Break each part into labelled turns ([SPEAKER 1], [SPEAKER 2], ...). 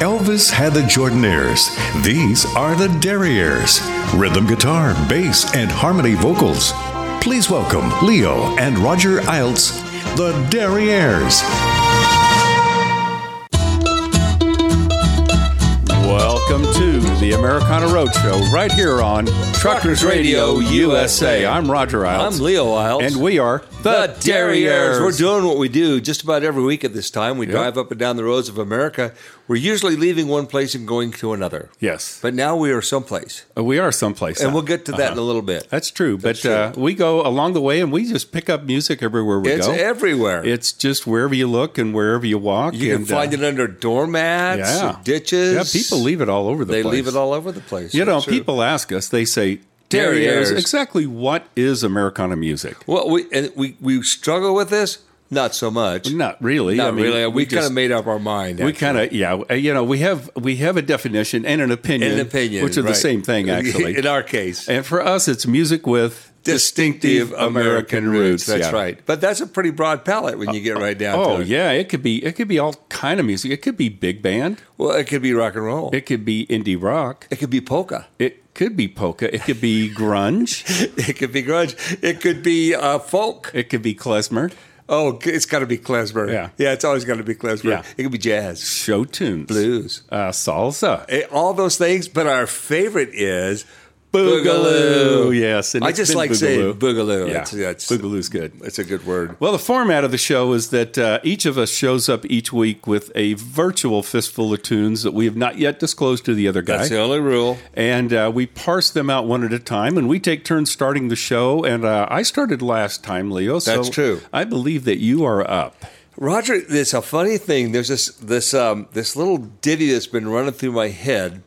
[SPEAKER 1] Elvis had the Jordanaires. These are the Derriers. Rhythm guitar, bass, and harmony vocals. Please welcome Leo and Roger Iltz, the Derriers.
[SPEAKER 2] Welcome to the Americana Roadshow, right here on Truckers, Radio USA. I'm Roger Iles.
[SPEAKER 3] I'm Leo Isles.
[SPEAKER 2] And we are
[SPEAKER 3] the Derriers. We're
[SPEAKER 2] We're doing
[SPEAKER 3] doing what we do just about every week at this time. We drive up and down the roads of America. We're usually leaving one place and going to another.
[SPEAKER 2] yes,
[SPEAKER 3] But now we are someplace.
[SPEAKER 2] but Uh, we are someplace, uh, uh-huh.
[SPEAKER 3] And
[SPEAKER 2] now.
[SPEAKER 3] we'll get to that in a little bit.
[SPEAKER 2] That's true, but Uh, we go along the way and we just pick up music everywhere we
[SPEAKER 3] It's
[SPEAKER 2] go.
[SPEAKER 3] everywhere.
[SPEAKER 2] It's just wherever you look and wherever you walk.
[SPEAKER 3] you can
[SPEAKER 2] and,
[SPEAKER 3] find
[SPEAKER 2] uh,
[SPEAKER 3] it under doormats,
[SPEAKER 2] yeah.
[SPEAKER 3] ditches.
[SPEAKER 2] Yeah, people leave it all over the
[SPEAKER 3] They
[SPEAKER 2] place.
[SPEAKER 3] leave it all over the place.
[SPEAKER 2] You know,
[SPEAKER 3] That's true.
[SPEAKER 2] people ask us. They say
[SPEAKER 3] Derriers.
[SPEAKER 2] Derriers. Exactly, what is Americana music?
[SPEAKER 3] Well, we, and we, we struggle with this? Not so much.
[SPEAKER 2] Not really.
[SPEAKER 3] Not
[SPEAKER 2] I mean,
[SPEAKER 3] really. We, kind
[SPEAKER 2] just-
[SPEAKER 3] of made up our mind.
[SPEAKER 2] We
[SPEAKER 3] actually.
[SPEAKER 2] kind of, yeah, uh, you know, we have we have a definition and an opinion,
[SPEAKER 3] An opinion,
[SPEAKER 2] which are the
[SPEAKER 3] right.
[SPEAKER 2] same thing, actually.
[SPEAKER 3] In our case.
[SPEAKER 2] and for us, it's music with distinctive American roots.
[SPEAKER 3] That's
[SPEAKER 2] yeah.
[SPEAKER 3] right. But that's a pretty broad palette when you get right down
[SPEAKER 2] Oh
[SPEAKER 3] to it.
[SPEAKER 2] yeah, it could be it could be all kind of music. It could be big band.
[SPEAKER 3] Well, it could be rock and roll. It,
[SPEAKER 2] It could be indie rock.
[SPEAKER 3] could be polka.
[SPEAKER 2] It could be polka. It could be grunge.
[SPEAKER 3] It could be grunge. It could be uh, folk.
[SPEAKER 2] It could be klezmer.
[SPEAKER 3] Oh, it's got to be klezmer.
[SPEAKER 2] Yeah.
[SPEAKER 3] yeah, it's always got to be klezmer.
[SPEAKER 2] Yeah.
[SPEAKER 3] It could be jazz,
[SPEAKER 2] Show tunes,
[SPEAKER 3] blues,
[SPEAKER 2] uh, salsa,
[SPEAKER 3] Eh, all those things. But our favorite is
[SPEAKER 2] boogaloo. Yes, and
[SPEAKER 3] I
[SPEAKER 2] it's
[SPEAKER 3] just
[SPEAKER 2] been
[SPEAKER 3] like saying boogaloo.
[SPEAKER 2] Yeah,
[SPEAKER 3] It's, it's-
[SPEAKER 2] boogaloo's good.
[SPEAKER 3] It's a good word.
[SPEAKER 2] Well, the format of the show is that uh, each of us shows up each week with a virtual fistful of tunes that we have not yet disclosed to the other guy.
[SPEAKER 3] That's the only rule.
[SPEAKER 2] And uh, we parse them out one at a time, and we take turns starting the show. And uh, I started last time, Leo. So
[SPEAKER 3] That's true.
[SPEAKER 2] I believe that you are up.
[SPEAKER 3] Roger, it's a funny thing. There's this this um, this little ditty that's been running through my head,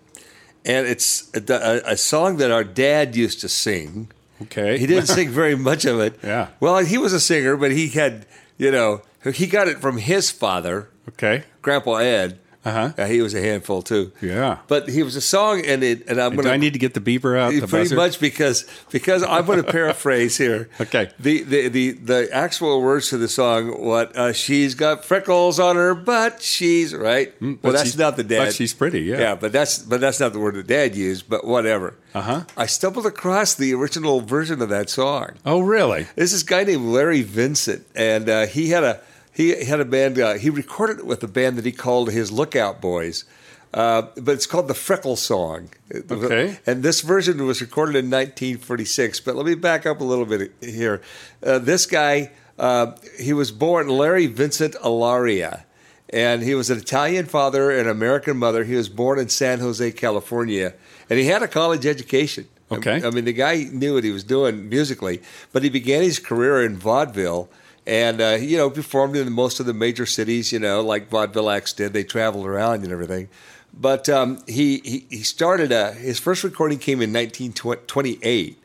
[SPEAKER 3] and it's a, a, a song that our dad used to sing.
[SPEAKER 2] Okay.
[SPEAKER 3] He didn't sing very much of it.
[SPEAKER 2] Yeah.
[SPEAKER 3] Well, he was a singer, but he had you know he got it from his father,
[SPEAKER 2] Okay.
[SPEAKER 3] Grandpa Ed.
[SPEAKER 2] Uh-huh.
[SPEAKER 3] Uh, he was a handful too.
[SPEAKER 2] Yeah.
[SPEAKER 3] But he was a song, and it and I'm
[SPEAKER 2] Do I
[SPEAKER 3] gonna.
[SPEAKER 2] need to get the beaver out? the
[SPEAKER 3] Pretty
[SPEAKER 2] buzzer?
[SPEAKER 3] much because because I'm going to paraphrase here.
[SPEAKER 2] Okay.
[SPEAKER 3] The, the the the actual words to the song what uh, she's got freckles on her butt she's right.
[SPEAKER 2] but
[SPEAKER 3] well, that's
[SPEAKER 2] she's-
[SPEAKER 3] not the dad.
[SPEAKER 2] but she's pretty, yeah.
[SPEAKER 3] Yeah, but that's but that's not the word the dad used. But whatever. Uh
[SPEAKER 2] Uh-huh.
[SPEAKER 3] I stumbled across the original version of that song.
[SPEAKER 2] Oh, really?
[SPEAKER 3] There's this guy named Larry Vincent, and uh, he had a he had a band. Uh, he recorded it with a band that he called his Lookout Boys, uh, but it's called the Freckle Song.
[SPEAKER 2] Okay.
[SPEAKER 3] And this version was recorded in 1946. But let me back up a little bit here. Uh, this guy, uh, he was born Larry Vincent Alaria. And he was an Italian father and American mother. He was born in San Jose, California, and he had a college education.
[SPEAKER 2] Okay.
[SPEAKER 3] I mean, the guy knew what he was doing musically, but he began his career in vaudeville and, uh, you know, performed in most of the major cities, you know, like vaudeville acts did. They traveled around and everything. But um, he, he, he started, uh his first recording came in 1928,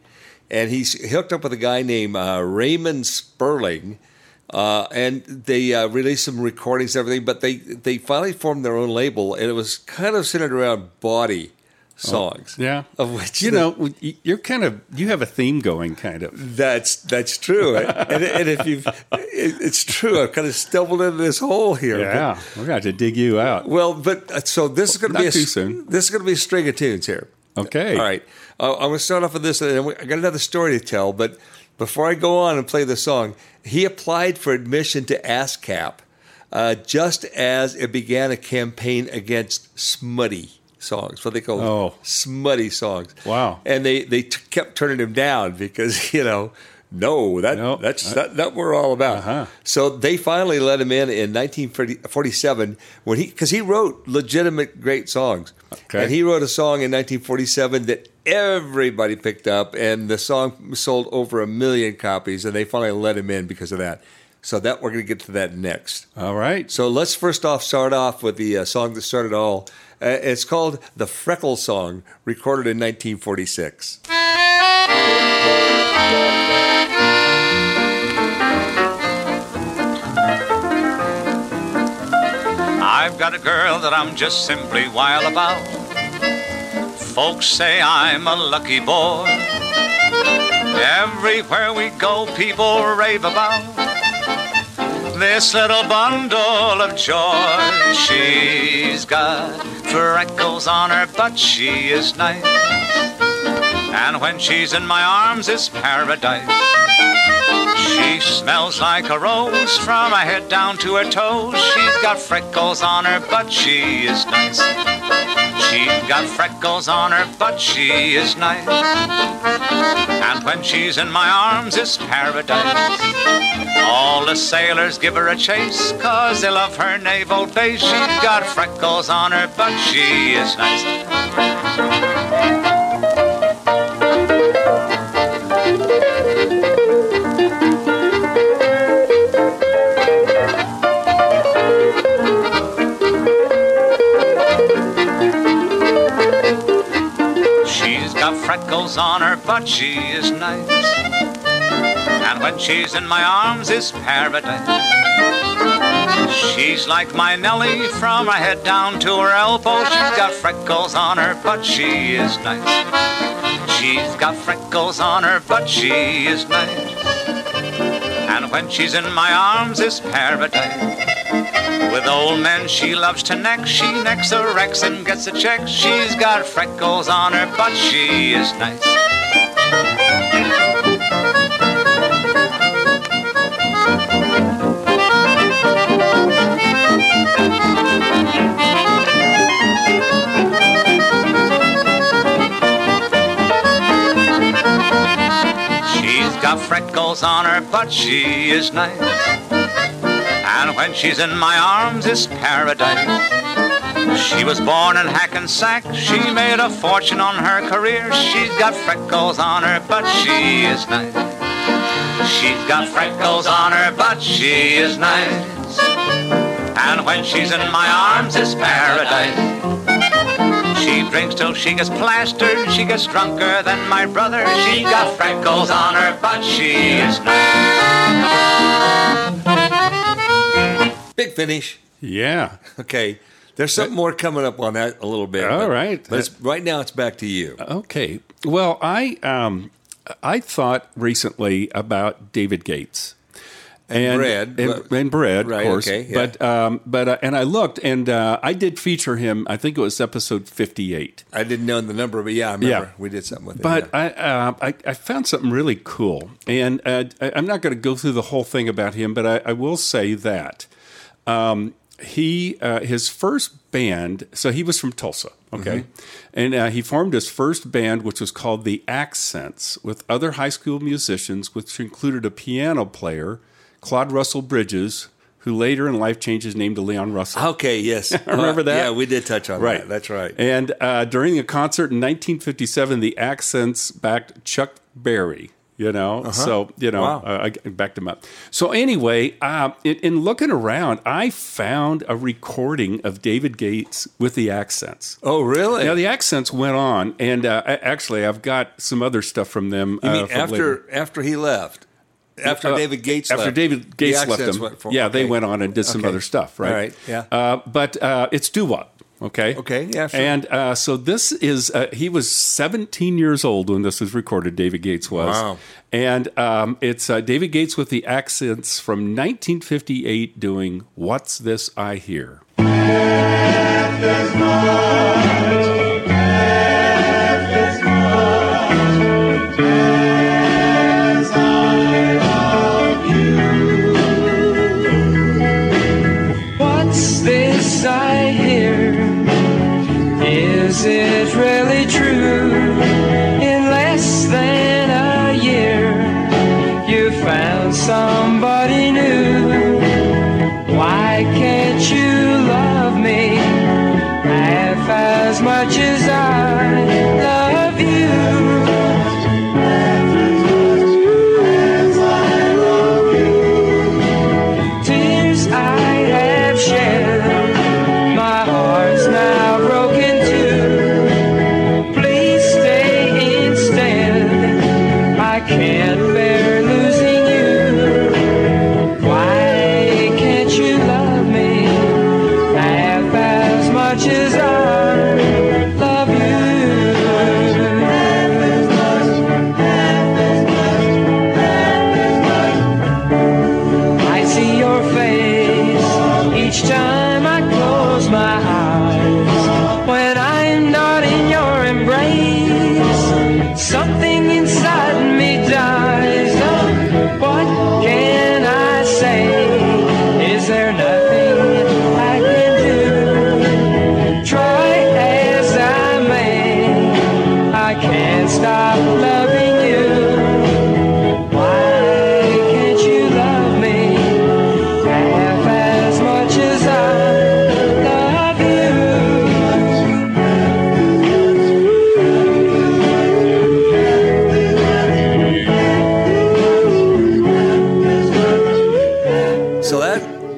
[SPEAKER 3] and he's hooked up with a guy named uh, Raymond Sperling. Uh, and they uh, released some recordings, and everything, but they, they finally formed their own label, and it was kind of centered around body songs.
[SPEAKER 2] Oh. Yeah.
[SPEAKER 3] Of which
[SPEAKER 2] you
[SPEAKER 3] the-
[SPEAKER 2] know, you're kind of you have a theme going, kind of.
[SPEAKER 3] That's that's true, and, and if you, it, it's true. I've kind of stumbled into this hole here.
[SPEAKER 2] Yeah, we're going to dig you out.
[SPEAKER 3] Well, but uh, so this is going to
[SPEAKER 2] Not
[SPEAKER 3] be a,
[SPEAKER 2] too soon.
[SPEAKER 3] This is going to be a string of tunes here.
[SPEAKER 2] Okay.
[SPEAKER 3] All right. Uh, I'm going to start off with this, and then we- I got another story to tell. But before I go on and play the song, he applied for admission to ASCAP uh, just as it began a campaign against smutty songs, what they call
[SPEAKER 2] Oh.
[SPEAKER 3] smutty songs.
[SPEAKER 2] Wow.
[SPEAKER 3] And they they t- kept turning him down because you know. No, that
[SPEAKER 2] No,
[SPEAKER 3] that's
[SPEAKER 2] I-
[SPEAKER 3] that, that we're all about.
[SPEAKER 2] Uh-huh.
[SPEAKER 3] So they finally let him in in 1947 when he because he wrote legitimate great songs.
[SPEAKER 2] Okay.
[SPEAKER 3] And he wrote a song in 1947 that everybody picked up, and the song sold over a million copies, and they finally let him in because of that. So that we're going to get to that next.
[SPEAKER 2] All right.
[SPEAKER 3] So let's first off start off with the uh, song that started all. Uh, it's called the Freckle Song, recorded in 1946.
[SPEAKER 4] I've got a girl that I'm just simply wild about. Folks say I'm a lucky boy. Everywhere we go, people rave about this little bundle of joy. She's got freckles on her, but she is nice. And when she's in my arms, it's paradise. She smells like a rose from her head down to her toes. She's got freckles on her, but she is nice. She's got freckles on her, but she is nice. And when she's in my arms, it's paradise. All the sailors give her a chase, cause they love her naval base. She's got freckles on her, but she is nice. She's got freckles on her, but she is nice. And when she's in my arms, it's paradise. She's like my Nellie from her head down to her elbow. She's got freckles on her, but she is nice. She's got freckles on her, but she is nice. And when she's in my arms, it's paradise. With old men she loves to neck, she necks a Rex and gets a check. She's got freckles on her, but she is nice. She's got freckles on her, but she is nice. And when she's in my arms, it's paradise. She was born in Hackensack. She made a fortune on her career. She's got freckles on her, but she is nice. She's got freckles on her, but she is nice. And when she's in my arms, it's paradise. She drinks till she gets plastered. She gets drunker than my brother. She got freckles on her, but she is nice.
[SPEAKER 3] Big finish.
[SPEAKER 2] Yeah.
[SPEAKER 3] Okay. There's something more coming up on that a little bit.
[SPEAKER 2] All
[SPEAKER 3] but-
[SPEAKER 2] right.
[SPEAKER 3] But it's, right now it's back to you.
[SPEAKER 2] Okay. Well, I um, I thought recently about David Gates and
[SPEAKER 3] Bread,
[SPEAKER 2] and,
[SPEAKER 3] but-
[SPEAKER 2] and bread,
[SPEAKER 3] Right,
[SPEAKER 2] of course.
[SPEAKER 3] okay, yeah.
[SPEAKER 2] But um, but uh, and I looked and uh, I did feature him. I think it was episode fifty-eight.
[SPEAKER 3] I didn't know the number, but yeah, I remember
[SPEAKER 2] Yeah.
[SPEAKER 3] we did something with it.
[SPEAKER 2] But
[SPEAKER 3] yeah.
[SPEAKER 2] I, uh, I I found something really cool, and uh, I- I'm not going to go through the whole thing about him, but I, I will say that um, he uh, his first band. So he was from Tulsa, okay,
[SPEAKER 3] Mm-hmm.
[SPEAKER 2] and uh, he formed his first band, which was called the Accents, with other high school musicians, which included a piano player, Claude Russell Bridges, who later in life changed his name to Leon Russell.
[SPEAKER 3] okay, yes.
[SPEAKER 2] Remember that?
[SPEAKER 3] Yeah, we did touch on
[SPEAKER 2] Right.
[SPEAKER 3] that. That's right.
[SPEAKER 2] And uh, during a concert in 1957, the Accents backed Chuck Berry. You know, so you know,
[SPEAKER 3] Uh-huh. Wow.
[SPEAKER 2] uh, I backed him up. So anyway, um, in, in looking around, I found a recording of David Gates with the Accents.
[SPEAKER 3] oh, really?
[SPEAKER 2] Now the Accents went on, and uh, a- actually, I've got some other stuff from them.
[SPEAKER 3] You
[SPEAKER 2] uh,
[SPEAKER 3] mean
[SPEAKER 2] from
[SPEAKER 3] after
[SPEAKER 2] later.
[SPEAKER 3] after he left, after
[SPEAKER 2] Uh,
[SPEAKER 3] David Gates
[SPEAKER 2] after
[SPEAKER 3] left,
[SPEAKER 2] David Gates
[SPEAKER 3] the
[SPEAKER 2] left
[SPEAKER 3] accents
[SPEAKER 2] them,
[SPEAKER 3] went for-
[SPEAKER 2] yeah, they
[SPEAKER 3] okay.
[SPEAKER 2] went on and did some
[SPEAKER 3] Okay.
[SPEAKER 2] other stuff, right?
[SPEAKER 3] All right, yeah.
[SPEAKER 2] Uh, but uh, it's doo wop. Okay.
[SPEAKER 3] Okay, yeah, sure.
[SPEAKER 2] And uh, so this is uh, he was 17 years old when this was recorded. David Gates was.
[SPEAKER 3] Wow.
[SPEAKER 2] And um, it's uh, David Gates with the accents from 1958 doing "What's This I Hear."
[SPEAKER 5] What's this I hear? Is it really true? In less than a year, you found somebody new. Why can't you love me half as much as I love you?
[SPEAKER 6] Oh,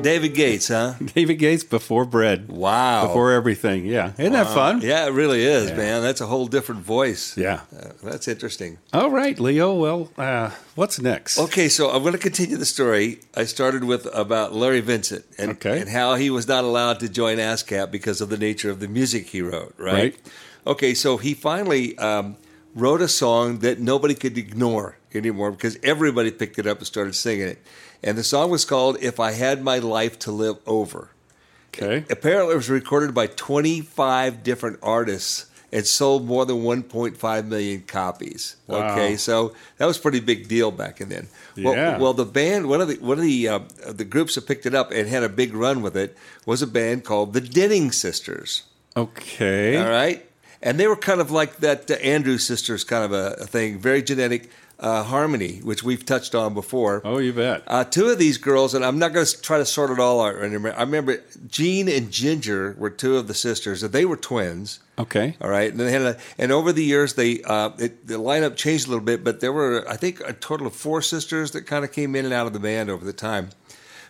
[SPEAKER 3] David Gates, huh?
[SPEAKER 2] David Gates before bread.
[SPEAKER 3] Wow.
[SPEAKER 2] Before everything. Yeah. Isn't that fun?
[SPEAKER 3] Yeah, it really is, man. That's a whole different voice.
[SPEAKER 2] Yeah.
[SPEAKER 3] Uh, that's interesting.
[SPEAKER 2] All right, Leo. Well, uh, what's next?
[SPEAKER 3] Okay, so I'm going to continue the story. I started with about Larry Vincent and,
[SPEAKER 2] Okay.
[SPEAKER 3] and how he was not allowed to join ASCAP because of the nature of the music he wrote, right?
[SPEAKER 2] Right.
[SPEAKER 3] Okay, so he finally um, wrote a song that nobody could ignore anymore because everybody picked it up and started singing it. And the song was called If I Had My Life to Live Over.
[SPEAKER 2] Okay.
[SPEAKER 3] Apparently, it was recorded by 25 different artists and sold more than 1.5 million copies.
[SPEAKER 2] Wow.
[SPEAKER 3] Okay, so that was a pretty big deal back in then.
[SPEAKER 2] Yeah.
[SPEAKER 3] Well, well, the band, one of the one of the uh, the groups that picked it up and had a big run with it was a band called the Denning Sisters.
[SPEAKER 2] Okay.
[SPEAKER 3] All right. And they were kind of like that uh, Andrew Sisters kind of a, a thing, very genetic uh, harmony, which we've touched on before.
[SPEAKER 2] Oh, you bet.
[SPEAKER 3] Uh, two of these girls, and I'm not going to try to sort it all out. right now. I remember Jean and Ginger were two of the sisters, and they were twins.
[SPEAKER 2] okay.
[SPEAKER 3] All right, and they had a, and over the years they uh, it, the lineup changed a little bit, but there were I think a total of four sisters that kind of came in and out of the band over the time.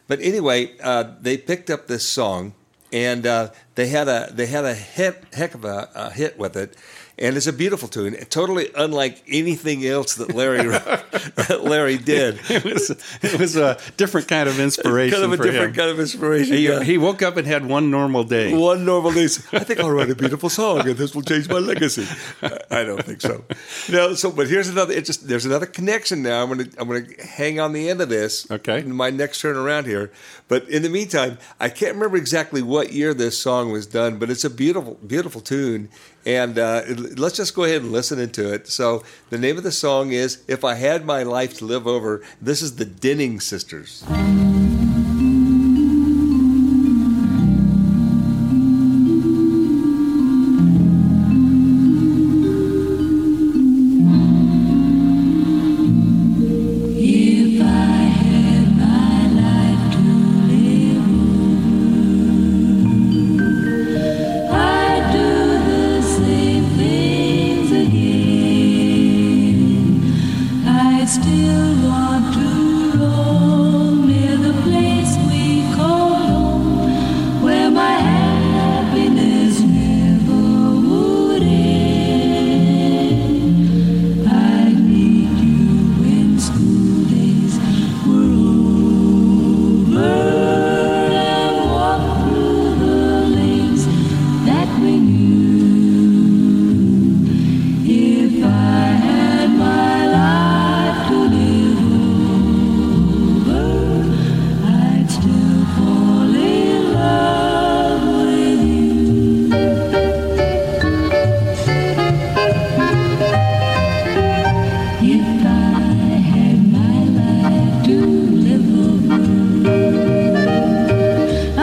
[SPEAKER 3] But anyway, uh, they picked up this song, and uh, they had a they had a hit, heck of a, a hit with it, and it's a beautiful tune, totally unlike anything else that Larry that Larry did.
[SPEAKER 2] It was it was a different kind of inspiration
[SPEAKER 3] Kind of a
[SPEAKER 2] for
[SPEAKER 3] different
[SPEAKER 2] him.
[SPEAKER 3] kind of inspiration.
[SPEAKER 2] He, uh,
[SPEAKER 3] yeah.
[SPEAKER 2] he woke up and had one normal day. Oh,
[SPEAKER 3] One normal is, I think I'll write a beautiful song, and this will change my legacy. I don't think so. No, so but here's another. It just there's another connection now. I'm gonna I'm gonna hang on the end of this.
[SPEAKER 2] Okay.
[SPEAKER 3] in my next turn around here. But in the meantime, I can't remember exactly what year this song was done, but it's a beautiful beautiful tune. And uh, it- let's just go ahead and listen into it. So the name of the song is "If I Had My Life to Live Over." This is the Denning Sisters.
[SPEAKER 6] I do the same things again. I still want to roam near the place we call home, where my happiness never would end. I need you when school days were over and walk through the lanes that we knew. If I had my life to live over, I'd still fall in love with you. If I had my life to live over. I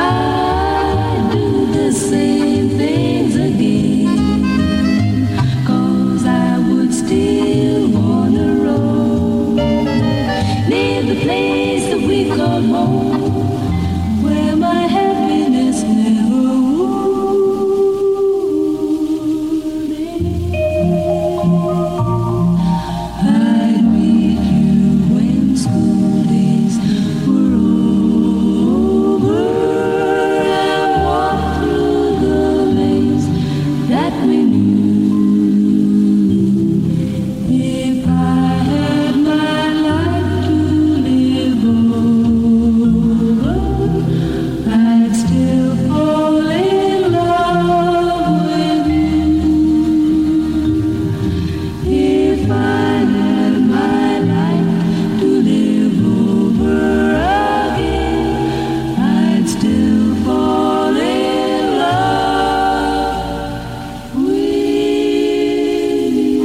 [SPEAKER 6] do the same things again. 'Cause I would still wanna roam near the place that we call home, where my happiness never would end. I'd meet you when school days were over and walk through the lanes that we knew. If I had my life to live over, I'd still fall in love with you. If I had my life to live over again, I'd still fall in love with you.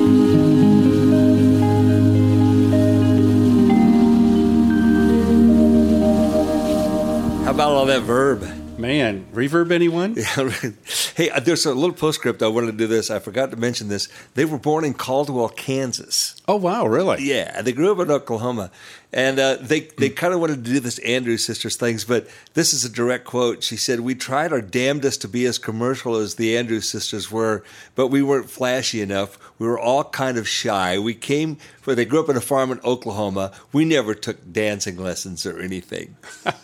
[SPEAKER 3] How about all that verb?
[SPEAKER 2] Man, reverb anyone?
[SPEAKER 3] Yeah, right. Hey, uh, there's a little postscript. I wanted to do this. I forgot to mention this. They were born in Caldwell, Kansas.
[SPEAKER 2] Oh wow, really?
[SPEAKER 3] Yeah, they grew up in Oklahoma, and uh, they they kind of wanted to do this Andrews sisters things, but this is a direct quote. She said, "We tried our damnedest to be as commercial as the Andrews sisters were, but we weren't flashy enough. We were all kind of shy. We came for they grew up in a farm in Oklahoma. We never took dancing lessons or anything."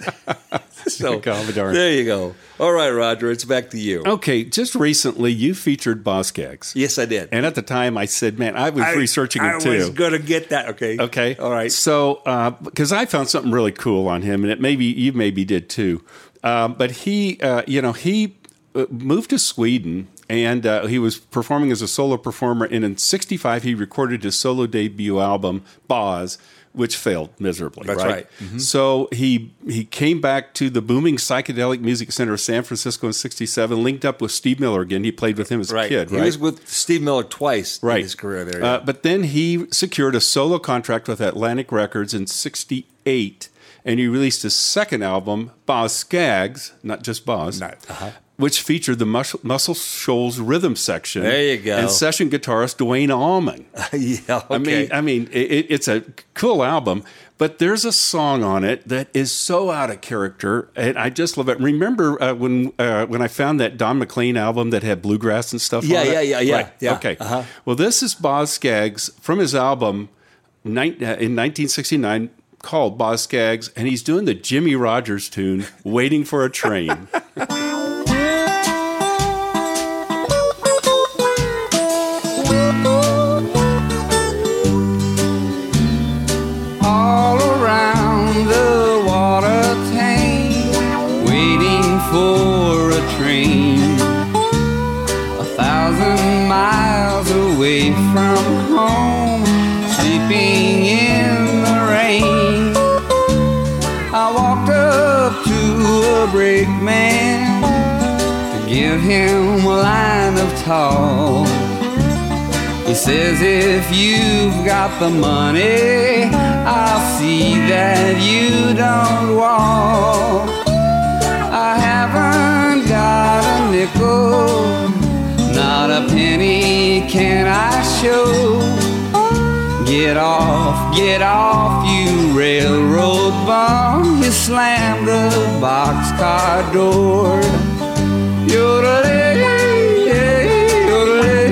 [SPEAKER 3] so
[SPEAKER 2] God darn.
[SPEAKER 3] there you go. All right, Roger, it's back to you.
[SPEAKER 2] Okay, just recently you featured Boss Gags.
[SPEAKER 3] Yes, I did.
[SPEAKER 2] And at the time I said, man, I was
[SPEAKER 3] I-
[SPEAKER 2] researching
[SPEAKER 3] I
[SPEAKER 2] it too.
[SPEAKER 3] was gonna get that. Okay.
[SPEAKER 2] Okay.
[SPEAKER 3] All right.
[SPEAKER 2] So, because I found something really cool on him, and it maybe you maybe did too. Um, but he, uh, you know, he uh, moved to Sweden and uh, he was performing as a solo performer. And in '65, he recorded his solo debut album, Boz. Which failed miserably.
[SPEAKER 3] That's
[SPEAKER 2] right.
[SPEAKER 3] right. Mm-hmm.
[SPEAKER 2] So he he came back to the booming psychedelic music center of San Francisco in '67, linked up with Steve Miller again. He played with him as a kid.
[SPEAKER 3] He
[SPEAKER 2] right?
[SPEAKER 3] was with Steve Miller twice
[SPEAKER 2] right.
[SPEAKER 3] in his career there.
[SPEAKER 2] Uh, but then he secured a solo contract with Atlantic Records in 68, and he released his second album, Boz Skaggs, not just Boz.
[SPEAKER 3] Not- uh-huh.
[SPEAKER 2] Which featured the Muscle, Muscle Shoals rhythm section.
[SPEAKER 3] There you go.
[SPEAKER 2] And session guitarist Dwayne Allman.
[SPEAKER 3] yeah, okay.
[SPEAKER 2] I mean, I mean, it, it- it's a cool album, but there's a song on it that is so out of character, and I just love it. Remember uh, when uh, when I found that Don McLean album that had bluegrass and stuff?
[SPEAKER 3] Yeah,
[SPEAKER 2] on it?
[SPEAKER 3] yeah, yeah, yeah,
[SPEAKER 2] Right,
[SPEAKER 3] yeah.
[SPEAKER 2] Okay.
[SPEAKER 3] Uh-huh.
[SPEAKER 2] Well, this is Boz Skaggs from his album nine, uh, in 1969 called Boz Skaggs, and he's doing the Jimmy Rogers tune "Waiting for a Train."
[SPEAKER 5] all around the water tank, waiting for a train. A thousand miles away from home, sleeping in the rain. I walked up to a brakeman to give him a line of talk. He says, if you've got the money, I'll see that you don't walk. I haven't got a nickel, not a penny can I show. Get off, get off, you railroad bum. You slammed the boxcar door. Yodelay, yodelay.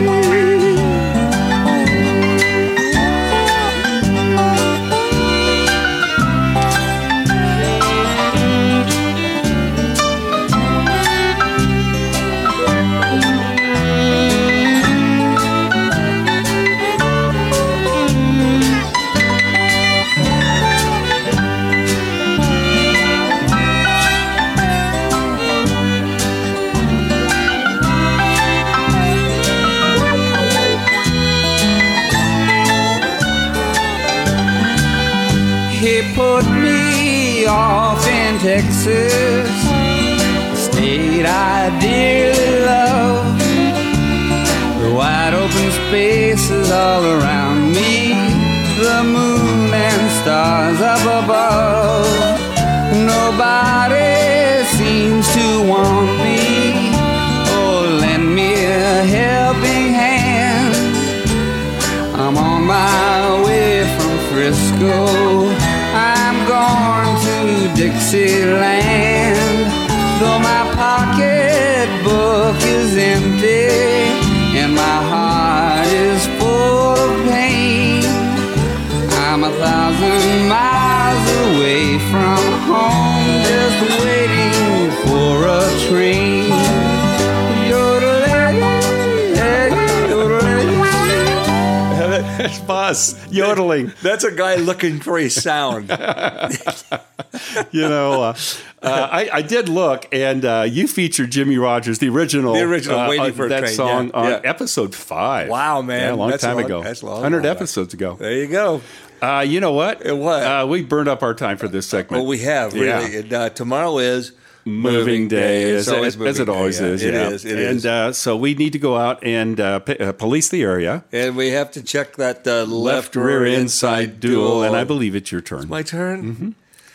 [SPEAKER 5] He put me off in Texas, state I dearly love. The wide open spaces all around me, the moon and stars up above. Nobody seems to want me, or lend me a helping hand. I'm on my way from Frisco. I'm going to Dixieland. Though my pocketbook is empty and my heart is full of pain, I'm a thousand miles away from home, just waiting for a train. Yodelay, yodelay.
[SPEAKER 2] That's Boz yodeling.
[SPEAKER 3] That's a guy looking for a sound.
[SPEAKER 2] you know, uh, uh, I, I did look, and uh, you featured Jimmy Rogers, the original,
[SPEAKER 3] The original,
[SPEAKER 2] uh,
[SPEAKER 3] Waiting
[SPEAKER 2] on
[SPEAKER 3] for a
[SPEAKER 2] that
[SPEAKER 3] Train,
[SPEAKER 2] song
[SPEAKER 3] yeah,
[SPEAKER 2] on
[SPEAKER 3] yeah.
[SPEAKER 2] episode five.
[SPEAKER 3] Wow, man,
[SPEAKER 2] yeah, a long
[SPEAKER 3] that's
[SPEAKER 2] time
[SPEAKER 3] long-
[SPEAKER 2] ago,
[SPEAKER 3] that's long,
[SPEAKER 2] hundred
[SPEAKER 3] long.
[SPEAKER 2] episodes ago.
[SPEAKER 3] there you go.
[SPEAKER 2] Uh, you know what?
[SPEAKER 3] Uh, what?
[SPEAKER 2] Uh, we burned up our time for this segment.
[SPEAKER 3] Well, we have really.
[SPEAKER 2] Yeah.
[SPEAKER 3] And, uh, tomorrow is
[SPEAKER 2] Moving day,
[SPEAKER 3] It's
[SPEAKER 2] as,
[SPEAKER 3] always
[SPEAKER 2] as-
[SPEAKER 3] moving
[SPEAKER 2] as it
[SPEAKER 3] day,
[SPEAKER 2] always
[SPEAKER 3] yeah.
[SPEAKER 2] is.
[SPEAKER 3] It
[SPEAKER 2] yeah.
[SPEAKER 3] is, it
[SPEAKER 2] and
[SPEAKER 3] is.
[SPEAKER 2] Uh, so we need to go out and uh, p- uh, police the area.
[SPEAKER 3] and we have to check that uh, left, rear inside duel.
[SPEAKER 2] and I believe it's your turn.
[SPEAKER 3] my turn.
[SPEAKER 2] Mm-hmm.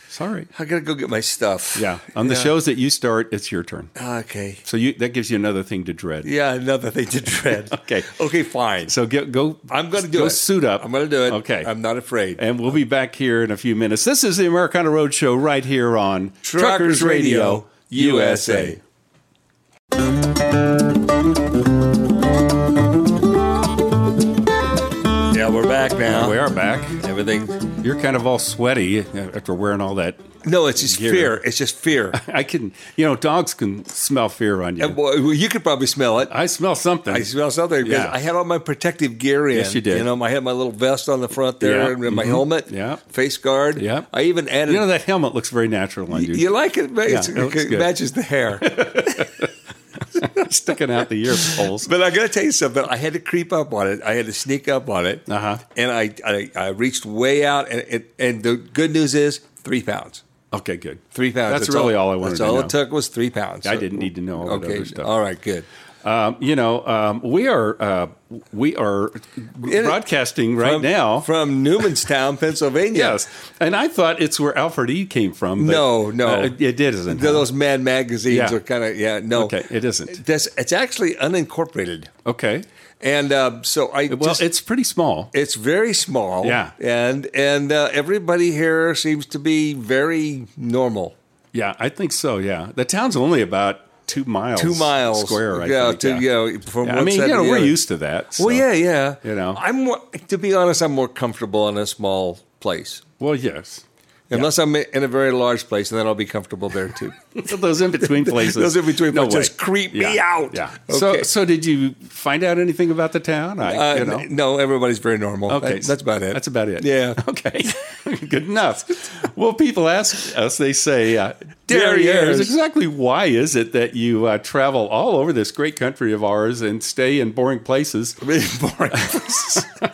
[SPEAKER 2] Sorry.
[SPEAKER 3] I gotta go get my stuff.
[SPEAKER 2] Yeah. On the shows that you start, it's your turn.
[SPEAKER 3] Okay.
[SPEAKER 2] So you that gives you another thing to dread.
[SPEAKER 3] Yeah, another thing to dread.
[SPEAKER 2] Okay.
[SPEAKER 3] Okay, fine.
[SPEAKER 2] So get, go.
[SPEAKER 3] I'm gonna do
[SPEAKER 2] go
[SPEAKER 3] it.
[SPEAKER 2] suit up.
[SPEAKER 3] I'm gonna do it.
[SPEAKER 2] Okay.
[SPEAKER 3] I'm not afraid.
[SPEAKER 2] and we'll be back here in a few minutes. This is the Americana Roadshow right here on Truckers Radio USA.
[SPEAKER 3] Yeah, we're back now.
[SPEAKER 2] We are back.
[SPEAKER 3] Everything.
[SPEAKER 2] You're kind of all sweaty after wearing all that.
[SPEAKER 3] No, it's just
[SPEAKER 2] Gear.
[SPEAKER 3] fear. It's just fear.
[SPEAKER 2] I can, you know, dogs can smell fear on you.
[SPEAKER 3] And, well, you could probably smell it.
[SPEAKER 2] I smell something.
[SPEAKER 3] I smell something because
[SPEAKER 2] Yeah.
[SPEAKER 3] I had all my protective gear in.
[SPEAKER 2] Yes, you did.
[SPEAKER 3] You know, I had my little vest on the front there
[SPEAKER 2] Yeah.
[SPEAKER 3] and my
[SPEAKER 2] Mhm.
[SPEAKER 3] helmet,
[SPEAKER 2] Yeah.
[SPEAKER 3] face guard.
[SPEAKER 2] Yeah.
[SPEAKER 3] I even added.
[SPEAKER 2] you know that helmet looks very natural on you.
[SPEAKER 3] you like it, but it's,
[SPEAKER 2] Yeah, it looks
[SPEAKER 3] it
[SPEAKER 2] good.
[SPEAKER 3] matches the hair.
[SPEAKER 2] sticking out the ear holes.
[SPEAKER 3] But I got to tell you something. I had to creep up on it. I had to sneak up on it.
[SPEAKER 2] Uh-huh.
[SPEAKER 3] And I, I, I reached way out. And, and, and the good news is three pounds.
[SPEAKER 2] Okay, good.
[SPEAKER 3] Three pounds.
[SPEAKER 2] That's really all I wanted
[SPEAKER 3] That's
[SPEAKER 2] to
[SPEAKER 3] all
[SPEAKER 2] know.
[SPEAKER 3] it took was three pounds.
[SPEAKER 2] I didn't need to know all that
[SPEAKER 3] okay.
[SPEAKER 2] other stuff.
[SPEAKER 3] All right. Good.
[SPEAKER 2] Um, you know, um, we are uh, we are broadcasting right
[SPEAKER 3] From-
[SPEAKER 2] now.
[SPEAKER 3] from Newmanstown, Pennsylvania.
[SPEAKER 2] yes, and I thought it's where Alfred E. came from. but,
[SPEAKER 3] No, no.
[SPEAKER 2] uh, it, it isn't.
[SPEAKER 3] Th- Those Mad magazines
[SPEAKER 2] Yeah.
[SPEAKER 3] are kind of yeah no.
[SPEAKER 2] Okay, it isn't.
[SPEAKER 3] That's it's actually unincorporated,
[SPEAKER 2] okay,
[SPEAKER 3] and uh, so I
[SPEAKER 2] well,
[SPEAKER 3] just,
[SPEAKER 2] it's pretty small.
[SPEAKER 3] it's very small.
[SPEAKER 2] Yeah.
[SPEAKER 3] and and uh, everybody here seems to be very normal.
[SPEAKER 2] Yeah, I think so. Yeah, the town's only about two miles,
[SPEAKER 3] Two miles
[SPEAKER 2] square. I
[SPEAKER 3] yeah,
[SPEAKER 2] think,
[SPEAKER 3] to, you know, from
[SPEAKER 2] Yeah, I
[SPEAKER 3] one
[SPEAKER 2] mean,
[SPEAKER 3] side
[SPEAKER 2] you
[SPEAKER 3] to
[SPEAKER 2] know,
[SPEAKER 3] the
[SPEAKER 2] we're
[SPEAKER 3] other.
[SPEAKER 2] used to that. so-
[SPEAKER 3] Well, yeah, yeah.
[SPEAKER 2] you know.
[SPEAKER 3] I'm more, to be honest, I'm more comfortable in a small place.
[SPEAKER 2] Well, yes.
[SPEAKER 3] Unless I'm in a very large place, and then I'll be comfortable there too.
[SPEAKER 2] Those in between places.
[SPEAKER 3] Those in-between
[SPEAKER 2] no
[SPEAKER 3] places
[SPEAKER 2] way.
[SPEAKER 3] just creep me
[SPEAKER 2] Yeah,
[SPEAKER 3] out.
[SPEAKER 2] Yeah. So,
[SPEAKER 3] Okay.
[SPEAKER 2] so did you find out anything about the town? I,
[SPEAKER 3] Uh,
[SPEAKER 2] you know.
[SPEAKER 3] n- No, everybody's very normal.
[SPEAKER 2] Okay,
[SPEAKER 3] That- that's about it.
[SPEAKER 2] That's about it.
[SPEAKER 3] Yeah.
[SPEAKER 2] Okay. Good enough. Well, people ask us. They say, uh, "Derriers,
[SPEAKER 3] Derriers.
[SPEAKER 2] exactly why is it that you uh, travel all over this great country of ours and stay in boring places,
[SPEAKER 3] boring.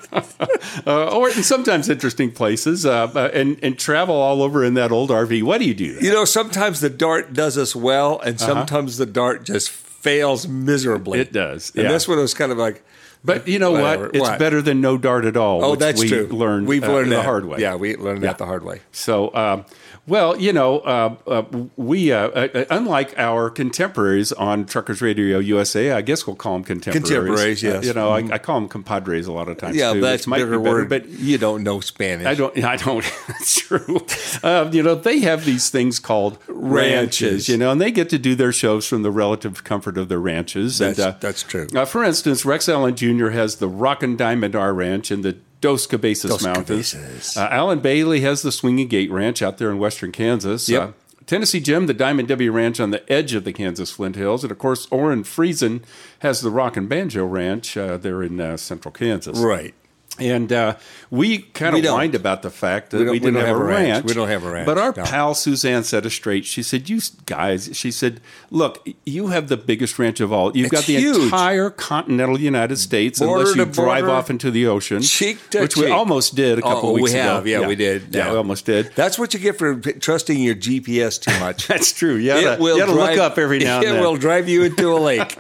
[SPEAKER 2] uh, or in sometimes interesting places, uh, uh, and and travel all over in that old RV? What do you do?"
[SPEAKER 3] You know, sometimes the dart does us well, and sometimes the dart just fails miserably.
[SPEAKER 2] Uh-huh. It does,
[SPEAKER 3] And
[SPEAKER 2] yeah.
[SPEAKER 3] that's what it was kind of like.
[SPEAKER 2] But you know
[SPEAKER 3] Whatever.
[SPEAKER 2] what? It's
[SPEAKER 3] What?
[SPEAKER 2] better than no dart at all.
[SPEAKER 3] Oh,
[SPEAKER 2] which
[SPEAKER 3] that's
[SPEAKER 2] we
[SPEAKER 3] true.
[SPEAKER 2] Learned
[SPEAKER 3] We've
[SPEAKER 2] uh,
[SPEAKER 3] learned
[SPEAKER 2] the
[SPEAKER 3] that.
[SPEAKER 2] hard way.
[SPEAKER 3] Yeah, we learned
[SPEAKER 2] Yeah.
[SPEAKER 3] that the hard way.
[SPEAKER 2] So, um, well, you know, uh, uh, we, uh, uh, unlike our contemporaries on Truckers Radio USA, I guess we'll call them contemporaries.
[SPEAKER 3] Contemporaries, yes.
[SPEAKER 2] Uh,
[SPEAKER 3] Mm-hmm.
[SPEAKER 2] you know, I, I call them compadres a lot of times.
[SPEAKER 3] Yeah,
[SPEAKER 2] too,
[SPEAKER 3] that's
[SPEAKER 2] which might
[SPEAKER 3] bigger
[SPEAKER 2] be better,
[SPEAKER 3] word.
[SPEAKER 2] but
[SPEAKER 3] But you don't know Spanish.
[SPEAKER 2] I don't. I don't. That's true. Um, you know, they have these things called ranches.
[SPEAKER 3] Ranches.
[SPEAKER 2] You know, and they get to do their shows from the relative comfort of their ranches. And,
[SPEAKER 3] That's- that's true.
[SPEAKER 2] uh, for instance, Rex Allen Jr. has the Rockin' Diamond R Ranch in the Dos Cabezas
[SPEAKER 3] Dos
[SPEAKER 2] Mountains.
[SPEAKER 3] Cabezas.
[SPEAKER 2] Uh, Alan Bailey has the Swinging Gate Ranch out there in western Kansas.
[SPEAKER 3] Yep.
[SPEAKER 2] Uh, Tennessee Jim, the Diamond W Ranch on the edge of the Kansas Flint Hills. And of course, Orrin Friesen has the Rockin' Banjo Ranch uh, there in uh, central Kansas.
[SPEAKER 3] Right.
[SPEAKER 2] And uh, we kind
[SPEAKER 3] We
[SPEAKER 2] of
[SPEAKER 3] don't.
[SPEAKER 2] whined about the fact that
[SPEAKER 3] We
[SPEAKER 2] we,
[SPEAKER 3] don't- we
[SPEAKER 2] didn't
[SPEAKER 3] don't
[SPEAKER 2] have, a ranch.
[SPEAKER 3] We don't have a ranch,
[SPEAKER 2] But our
[SPEAKER 3] no.
[SPEAKER 2] pal Suzanne set us straight. She said, "You s- guys," she said, "Look, you have the biggest ranch of all. You've got
[SPEAKER 3] It's
[SPEAKER 2] the
[SPEAKER 3] huge.
[SPEAKER 2] entire continental United States,
[SPEAKER 3] Border
[SPEAKER 2] unless you
[SPEAKER 3] to
[SPEAKER 2] drive
[SPEAKER 3] border,
[SPEAKER 2] off into the ocean,
[SPEAKER 3] cheek to
[SPEAKER 2] which we
[SPEAKER 3] cheek.
[SPEAKER 2] almost did a couple
[SPEAKER 3] Oh,
[SPEAKER 2] weeks
[SPEAKER 3] we have.
[SPEAKER 2] ago.
[SPEAKER 3] Yeah, we did.
[SPEAKER 2] Yeah,
[SPEAKER 3] Yeah.
[SPEAKER 2] we almost did.
[SPEAKER 3] That's what you get for p- trusting your GPS too much.
[SPEAKER 2] That's true. You gotta, you gotta look up every now and
[SPEAKER 3] it
[SPEAKER 2] then.
[SPEAKER 3] will drive you into a lake.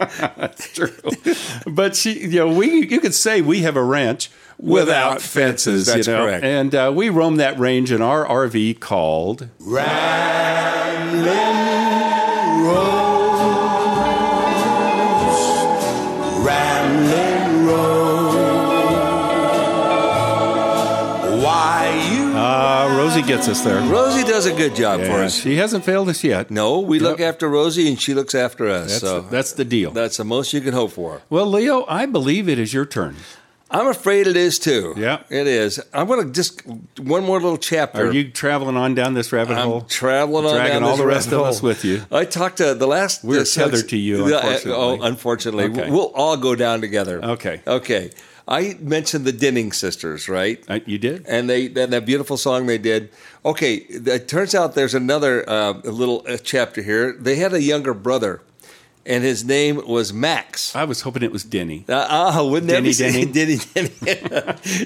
[SPEAKER 2] true. but she, you know, we you could say we have a ranch without,
[SPEAKER 3] Without fences,
[SPEAKER 2] fences.
[SPEAKER 3] that's
[SPEAKER 2] you know?
[SPEAKER 3] correct.
[SPEAKER 2] And uh, we roam that range in our RV called Why you? Uh, Rosie gets us there.
[SPEAKER 3] Rosie does a good job for
[SPEAKER 2] Yeah,
[SPEAKER 3] us.
[SPEAKER 2] she hasn't failed us yet.
[SPEAKER 3] No, we look
[SPEAKER 2] Yep.
[SPEAKER 3] after Rosie, and she looks after us.
[SPEAKER 2] That's,
[SPEAKER 3] so
[SPEAKER 2] the, that's the deal.
[SPEAKER 3] that's the most you can hope for.
[SPEAKER 2] well, Leo, I believe it is your turn.
[SPEAKER 3] I'm afraid it is too.
[SPEAKER 2] Yeah.
[SPEAKER 3] it is. I'm going to just one more little chapter.
[SPEAKER 2] Are you traveling on down this rabbit
[SPEAKER 3] I'm
[SPEAKER 2] hole?
[SPEAKER 3] traveling on
[SPEAKER 2] dragging
[SPEAKER 3] down
[SPEAKER 2] all
[SPEAKER 3] this
[SPEAKER 2] the rest
[SPEAKER 3] rabbit
[SPEAKER 2] of us
[SPEAKER 3] hole.
[SPEAKER 2] with you.
[SPEAKER 3] I talked to the last.
[SPEAKER 2] We're
[SPEAKER 3] the sex-
[SPEAKER 2] tethered to you,
[SPEAKER 3] the-
[SPEAKER 2] unfortunately.
[SPEAKER 3] oh, unfortunately,
[SPEAKER 2] Okay.
[SPEAKER 3] we'll all go down together.
[SPEAKER 2] Okay.
[SPEAKER 3] okay. I mentioned the Denning sisters, right?
[SPEAKER 2] Uh, you did?
[SPEAKER 3] and they and that beautiful song they did. Okay, it turns out there's another uh, little uh, chapter here. They had a younger brother, and his name was Max.
[SPEAKER 2] I was hoping it was Denny.
[SPEAKER 3] Uh, uh, wouldn't that be-
[SPEAKER 2] Denny
[SPEAKER 3] Denny, Denny.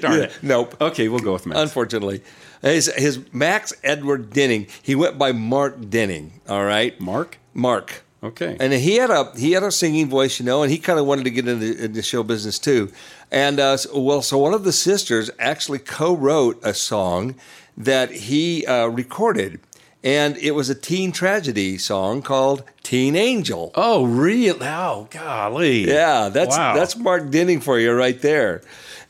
[SPEAKER 2] Darn
[SPEAKER 3] Yeah,
[SPEAKER 2] it.
[SPEAKER 3] Nope.
[SPEAKER 2] Okay, we'll go with Max.
[SPEAKER 3] Unfortunately, his, his Max Edward Denning. He went by Mark Denning. All right,
[SPEAKER 2] Mark?
[SPEAKER 3] Mark.
[SPEAKER 2] Okay.
[SPEAKER 3] And he had a he had a singing voice, you know, and he kind of wanted to get into, into show business too. And uh, so, well, so one of the sisters actually co-wrote a song that he uh, recorded, And it was a teen tragedy song called Teen Angel.
[SPEAKER 2] Oh, really? Oh, golly.
[SPEAKER 3] Yeah, that's
[SPEAKER 2] Wow.
[SPEAKER 3] that's Mark Denning for you right there.